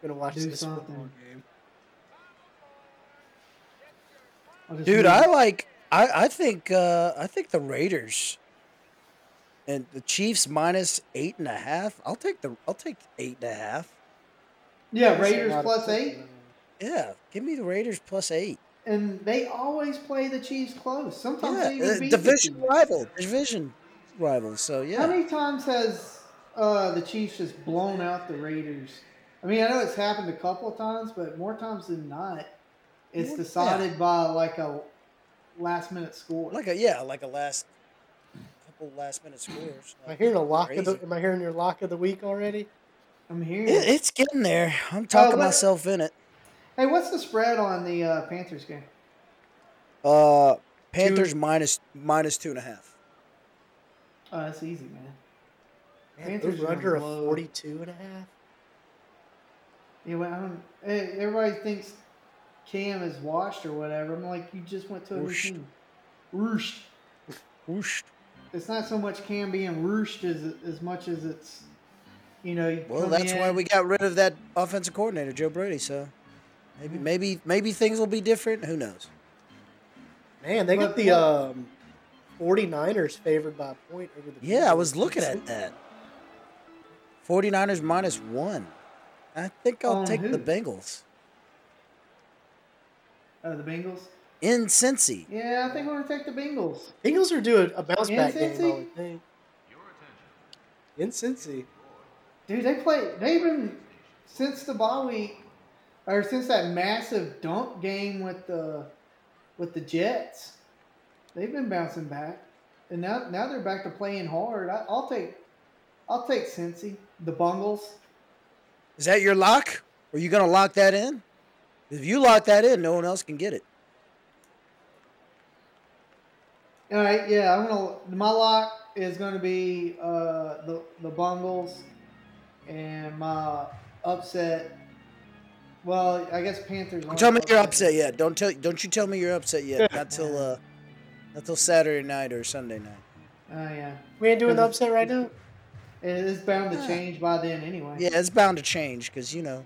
B: gonna watch
C: Do
B: this football
C: something.
B: game.
C: I'll just
A: Dude,
C: move-
A: I like. I I think uh, I think the Raiders and the Chiefs minus eight and a half. I'll take the I'll take eight and a half.
C: Yeah,
B: That's a
C: Raiders
B: lot of
C: plus
B: football,
C: eight,
B: man.
A: Yeah, give me the Raiders plus eight.
C: and they always play the Chiefs close. Sometimes
A: Yeah,
C: they even
A: uh,
C: beat
A: division
C: The Chiefs.
A: rival, division rival. So
C: How
A: yeah,
C: many times has uh, the Chiefs just blown out the Raiders? I mean, I know it's happened a couple of times, but more times than not, it's
A: Yeah.
C: decided by like a last minute score.
A: like a yeah, like a last couple last minute scores.
B: Am I hearing a lock of
A: Crazy.
B: the? Am I hearing your lock of the week already?
C: I'm hearing.
A: It, it's getting there.
B: Uh,
A: I'm talking
C: what-
A: myself in it.
C: Hey, what's the spread on the uh, Panthers game?
A: Uh, Panthers minus minus two and a half.
C: Oh, that's easy, man.
B: Man,
C: Panthers
B: over
C: are
B: under a
C: low.
B: 42 and a half.
C: Yeah, well, I don't. eh, Everybody thinks Cam is washed or whatever. I'm like, you just went to a
A: Whooshed.
C: routine. Roosh.
A: Whoosh.
C: It's not so much Cam being rooshed as as much as it's, you know. you
A: Well,
C: come
A: that's why
C: in-
A: we got rid of that offensive coordinator, Joe Brady. So maybe, maybe, maybe things will be different. Who knows?
B: Man, they got
C: But
B: the
C: what-
B: um, 49ers favored by a point over the.
A: Yeah, I was
B: Patriots.
A: looking at that. 49ers minus one. I think I'll
C: On
A: take the
C: who?
A: Bengals
C: Uh, the Bengals.
A: in Cincy.
C: Yeah, I think we're gonna take the Bengals.
B: Bengals are doing a bounce
C: In
B: back game, I
C: Cincy?
B: would think. In Cincy.
C: Dude, they play. They've been since the bye week, or since that massive dunk game with the with the Jets. They've been bouncing back, and now now they're back to playing hard. I, I'll take, I'll take Cincy, the Bungles.
A: Is that your lock? Are you gonna lock that in? If you lock that in, no one else can get it.
C: All right, yeah, I'm gonna. My lock is gonna be uh, the the Bungles, and my upset. Well, I guess Panthers.
A: Don't tell me
C: aren't
A: you're upset yet. Don't tell. Don't you tell me you're upset yet. Not till uh, not till Saturday night or Sunday night.
C: Oh yeah,
B: We ain't doing the upset right now.
C: it is bound to
A: Yeah.
C: change by then anyway.
A: Yeah, it's bound to change because you know.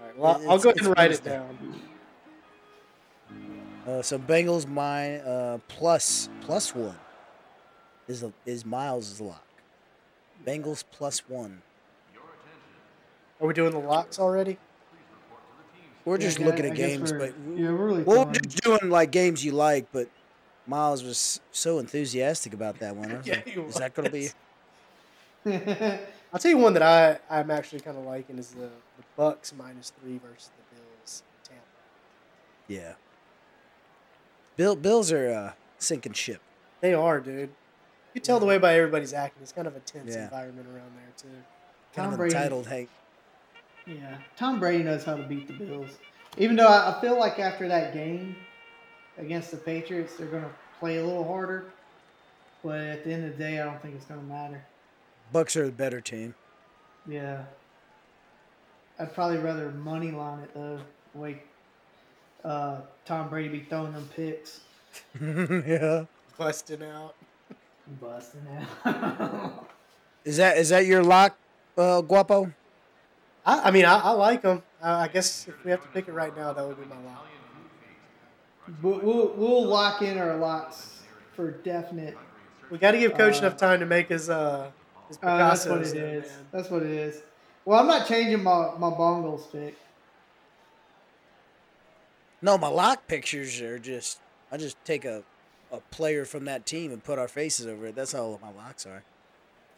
B: All right, well, I'll
A: It's-
B: go ahead and
A: it's
B: write it
A: Thursday.
B: down.
A: Uh, so Bengals my uh, plus plus one is a, is Miles' lock. Bengals plus one.
B: Are we doing the locks already?
A: We're
C: Yeah,
A: just
C: I-
A: looking
C: I
A: at
C: guess
A: games,
C: we're-
A: but
C: yeah, we're really
A: we're
C: torn.
A: just doing like games you like. But Miles was so enthusiastic about that one. I was
B: Yeah,
A: like,
B: he
A: is that going to be?
B: was. I'll tell you one that I, I'm actually kind of liking is the, the Bucks minus three versus the Bills in Tampa.
A: Yeah. Bill Bills are uh, sinking ship.
B: They are, dude. You can tell the way by everybody's acting. It's kind of a tense
A: Yeah.
B: environment around there too.
A: Kind
C: Tom
A: of
C: Brady.
A: entitled, hey.
C: yeah, Tom Brady knows how to beat the Bills. Even though I, I feel like after that game against the Patriots, they're gonna play a little harder. But at the end of the day, I don't think it's gonna matter.
A: Bucks are the better team.
C: Yeah. I'd probably rather money line it though. The way uh, Tom Brady be throwing them picks,
A: yeah.
B: Busting out.
C: busting out.
A: Is that is that your lock, uh, Guapo?
B: I, I mean, I, I like them. Uh, I guess if we have to pick it right now, that would be my lock.
C: but we'll we'll lock in our locks for definite.
B: We got to give Coach
C: Uh,
B: enough time to make his uh his
C: Oh, that's
B: Picasso.
C: what it is. That's what it is. Well, I'm not changing my my Bongles pick.
A: No, my lock pictures are just I just take a, a player from that team and put our faces over it. That's all my locks are.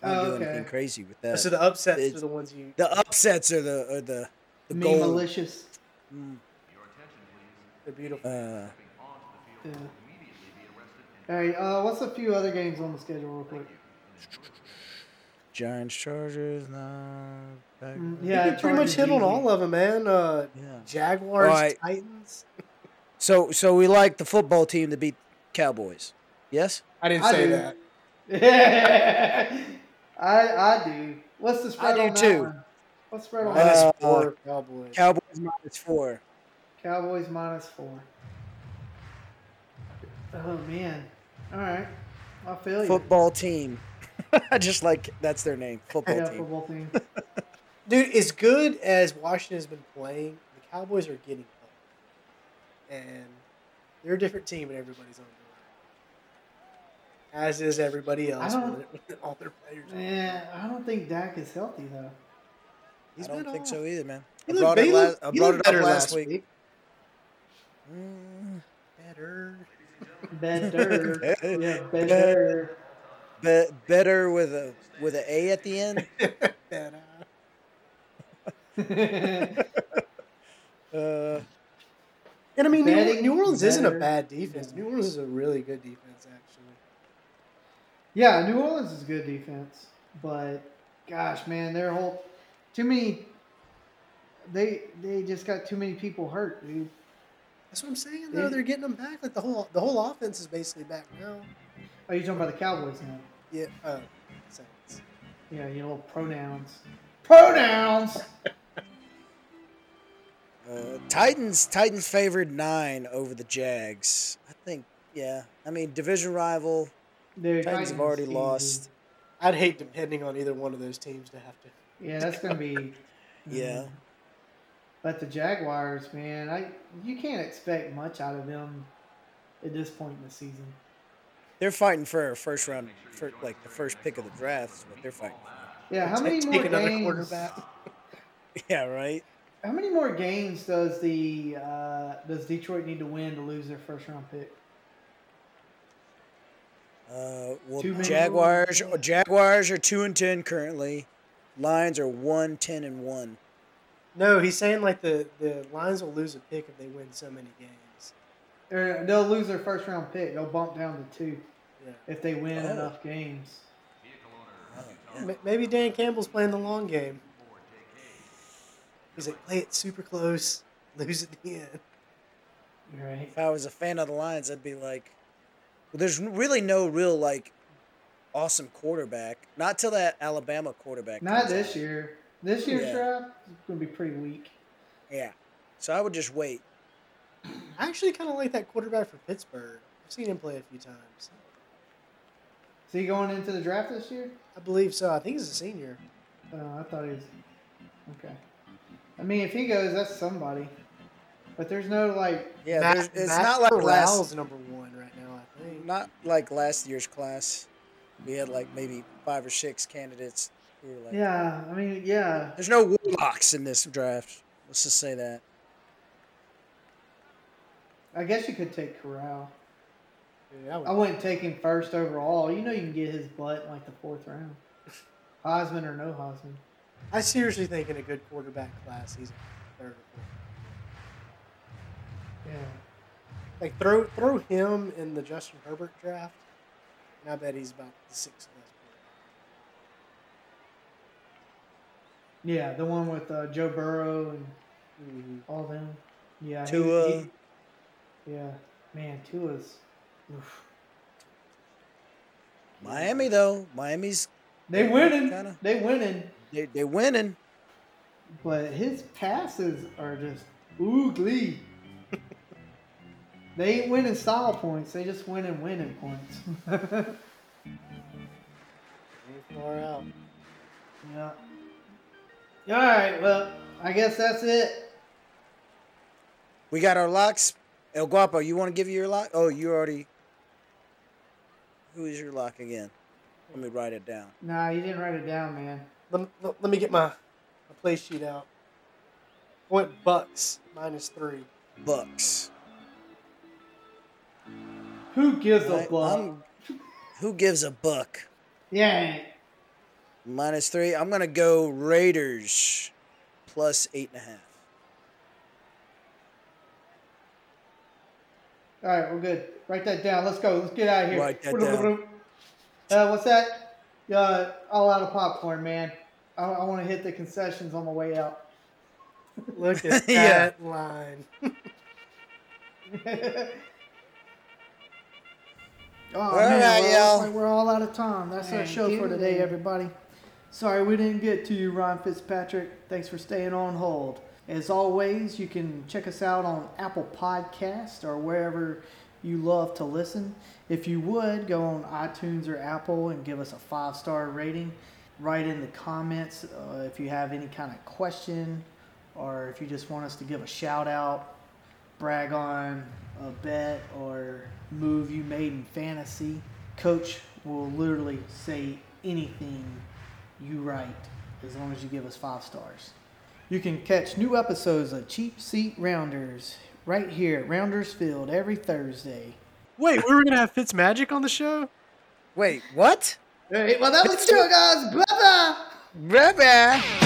A: I don't
C: Oh,
A: do
C: okay.
A: anything crazy with that.
B: So the upsets
A: It's-
B: are the ones you.
A: the upsets are the are the the
C: Me
A: gold.
C: malicious.
A: Mm,
B: They're beautiful.
A: Uh,
C: Yeah. All right. Uh, what's a few other games on the schedule, real quick?
A: Giants, Chargers, no. back-
C: Mm,
B: Yeah,
C: yeah,
B: Mm-hmm. you pretty much
C: Chargers
B: hit on
C: easy.
B: all of them, man. Uh,
A: Yeah.
B: Jaguars,
A: All right.
B: Titans.
A: So so we like the football team to beat Cowboys. Yes.
B: I didn't
C: I
B: say
C: do.
B: that.
C: I I do. What's the spread
A: I do
C: on that
A: too.
C: one? What's the spread on that?
B: Minus
A: Uh,
B: four Cowboys.
A: Cowboys minus four.
C: Cowboys minus four. Oh man. All right. I
B: Oh,
C: feel you.
A: Football team. I just like that's their name. Football
C: yeah,
A: team.
C: football team.
B: Dude, as good as Washington has been playing, the Cowboys are getting better. And they're a different team and everybody's on board. As is everybody else
C: don't-
B: with all their players.
C: Man, I don't think Dak is healthy though.
A: I
B: He's
A: don't
B: been
A: think
B: off.
A: so either, man.
B: He
A: I
B: looked,
A: brought
B: ba-
A: it
B: he
A: last,
B: looked-
A: I
B: he
A: brought
B: looked
A: it
B: better
A: up last week. Mm,
B: Better.
C: Better. yeah,
A: Better.
C: better.
A: be- better with a with an A at the end.
B: better.
A: Uh,
B: And I mean, New-
C: Betting
B: New Orleans isn't a
C: better.
B: bad defense. New Orleans is a really good defense, actually.
C: yeah, New Orleans is good defense, but gosh, man, their whole too many. They they just got too many people hurt, dude.
B: That's what I'm saying, though.
C: Yeah.
B: They're getting them back. Like the whole the whole offense is basically back now.
C: Oh, you're talking about the Cowboys now.
B: Yeah. Uh, Saints.
C: Yeah, your little pronouns. Pronouns.
A: uh, Titans Titans favored nine over the Jags. I think. Yeah. I mean, division rival.
C: Dude,
A: Titans have already
C: easy.
A: lost.
B: I'd hate depending on either one of those teams to have to.
C: Yeah, that's gonna be.
A: Yeah.
C: But the Jaguars, man, I you can't expect much out of them at this point in the season.
A: They're fighting for a first round, for like the first pick of the draft is what they're fighting for.
C: Yeah, how many
B: take
C: more
B: another
C: games?
B: quarterback.
A: Yeah, right.
C: How many more games does the uh, does Detroit need to win to lose their first round pick?
A: Uh, well,
C: Too many
A: Jaguars
C: rules.
A: Jaguars are two and ten currently. Lions are one ten and one.
B: No, he's saying like the the Lions will lose a pick if they win so many games.
C: Or they'll lose their first round pick. They'll bump down to two
B: Yeah.
C: if they win
A: Oh.
C: enough games.
B: M- maybe Dan Campbell's playing the long game. He's like, play it super close, lose at the end.
C: Right.
A: If I was a fan of the Lions, I'd be like, well, there's really no real like awesome quarterback. Not till that Alabama quarterback.
C: Not
A: comes
C: this
A: out.
C: year. This year's
A: Yeah.
C: draft is going to be pretty weak.
A: Yeah. So I would just wait.
B: I actually kind of like that quarterback for Pittsburgh. I've seen him play a few times.
C: Is he going into the draft this year?
B: I believe so. I think he's a senior.
C: Oh, I thought he was. Okay. I mean, if he goes, that's somebody. But there's no like.
A: Yeah,
B: Matt-
A: there's it's
B: Matt
A: not like last
B: Corral's number one right now. I think.
A: not like last year's class. We had like maybe five or six candidates. who were like,
C: Yeah, I mean, yeah.
A: There's no warlocks in this draft. Let's just say that.
C: I guess you could take Corral.
B: Yeah, I would-
C: I wouldn't take him first overall. You know, you can get his butt in like the fourth round. Hosman or no Hosman.
B: I seriously think in a good quarterback class, he's third or fourth.
C: Yeah.
B: Like throw throw him in the Justin Herbert draft, and I bet he's about the sixth best. quarterback.
C: Yeah, the one with uh, Joe Burrow and
B: Mm-hmm.
C: all them. Yeah. he-
A: Tua.
C: he- yeah. Man, Tua's. oof.
A: Miami though, Miami's
C: They winning.
A: Kinda.
C: They winning.
A: They they winning.
C: But his passes are just oogly. they ain't winning style points. They just winning winning points.
B: Far out.
C: yeah. All right. Well, I guess that's it.
A: We got our locks. El Guapo, you want to give your lock? Oh, you already. Who is your lock again? Let me write it down.
C: Nah, you didn't write it down, man.
B: Let, let, let me get my, my play sheet out. I went Bucks minus three.
A: Bucks.
C: Who gives
A: I-
C: a fuck?
A: I'm- who gives a buck?
C: Yeah.
A: Minus three. I'm gonna go Raiders, plus eight and a half.
C: All right, we're good. Write that down. Let's go. Let's get out of here.
A: Write that down.
C: Uh, what's that? Uh, all out of popcorn, man. I, I want to hit the concessions on my way out.
B: Look at
A: Yeah.
B: that line.
C: Oh,
A: All
C: man,
A: right,
C: well,
A: y'all.
C: looks like we're all out of time. That's our
B: Thank
C: show for
B: you.
C: today, everybody. Sorry we didn't get to you, Ron Fitzpatrick. Thanks for staying on hold. As always, you can check us out on Apple Podcast or wherever you love to listen. If you would, go on iTunes or Apple and give us a five star rating. Write in the comments uh, if you have any kind of question or if you just want us to give a shout out brag on a bet or move you made in fantasy, coach will literally say anything you write as long as you give us five stars. You can catch new episodes of Cheap Seat Rounders right here at Rounders Field every Thursday.
B: Wait, we were gonna have Fitz Magic on the show?
A: Wait, what?
C: All right, well, that was the show, guys.
A: Bye
C: Bye bye.
A: bye.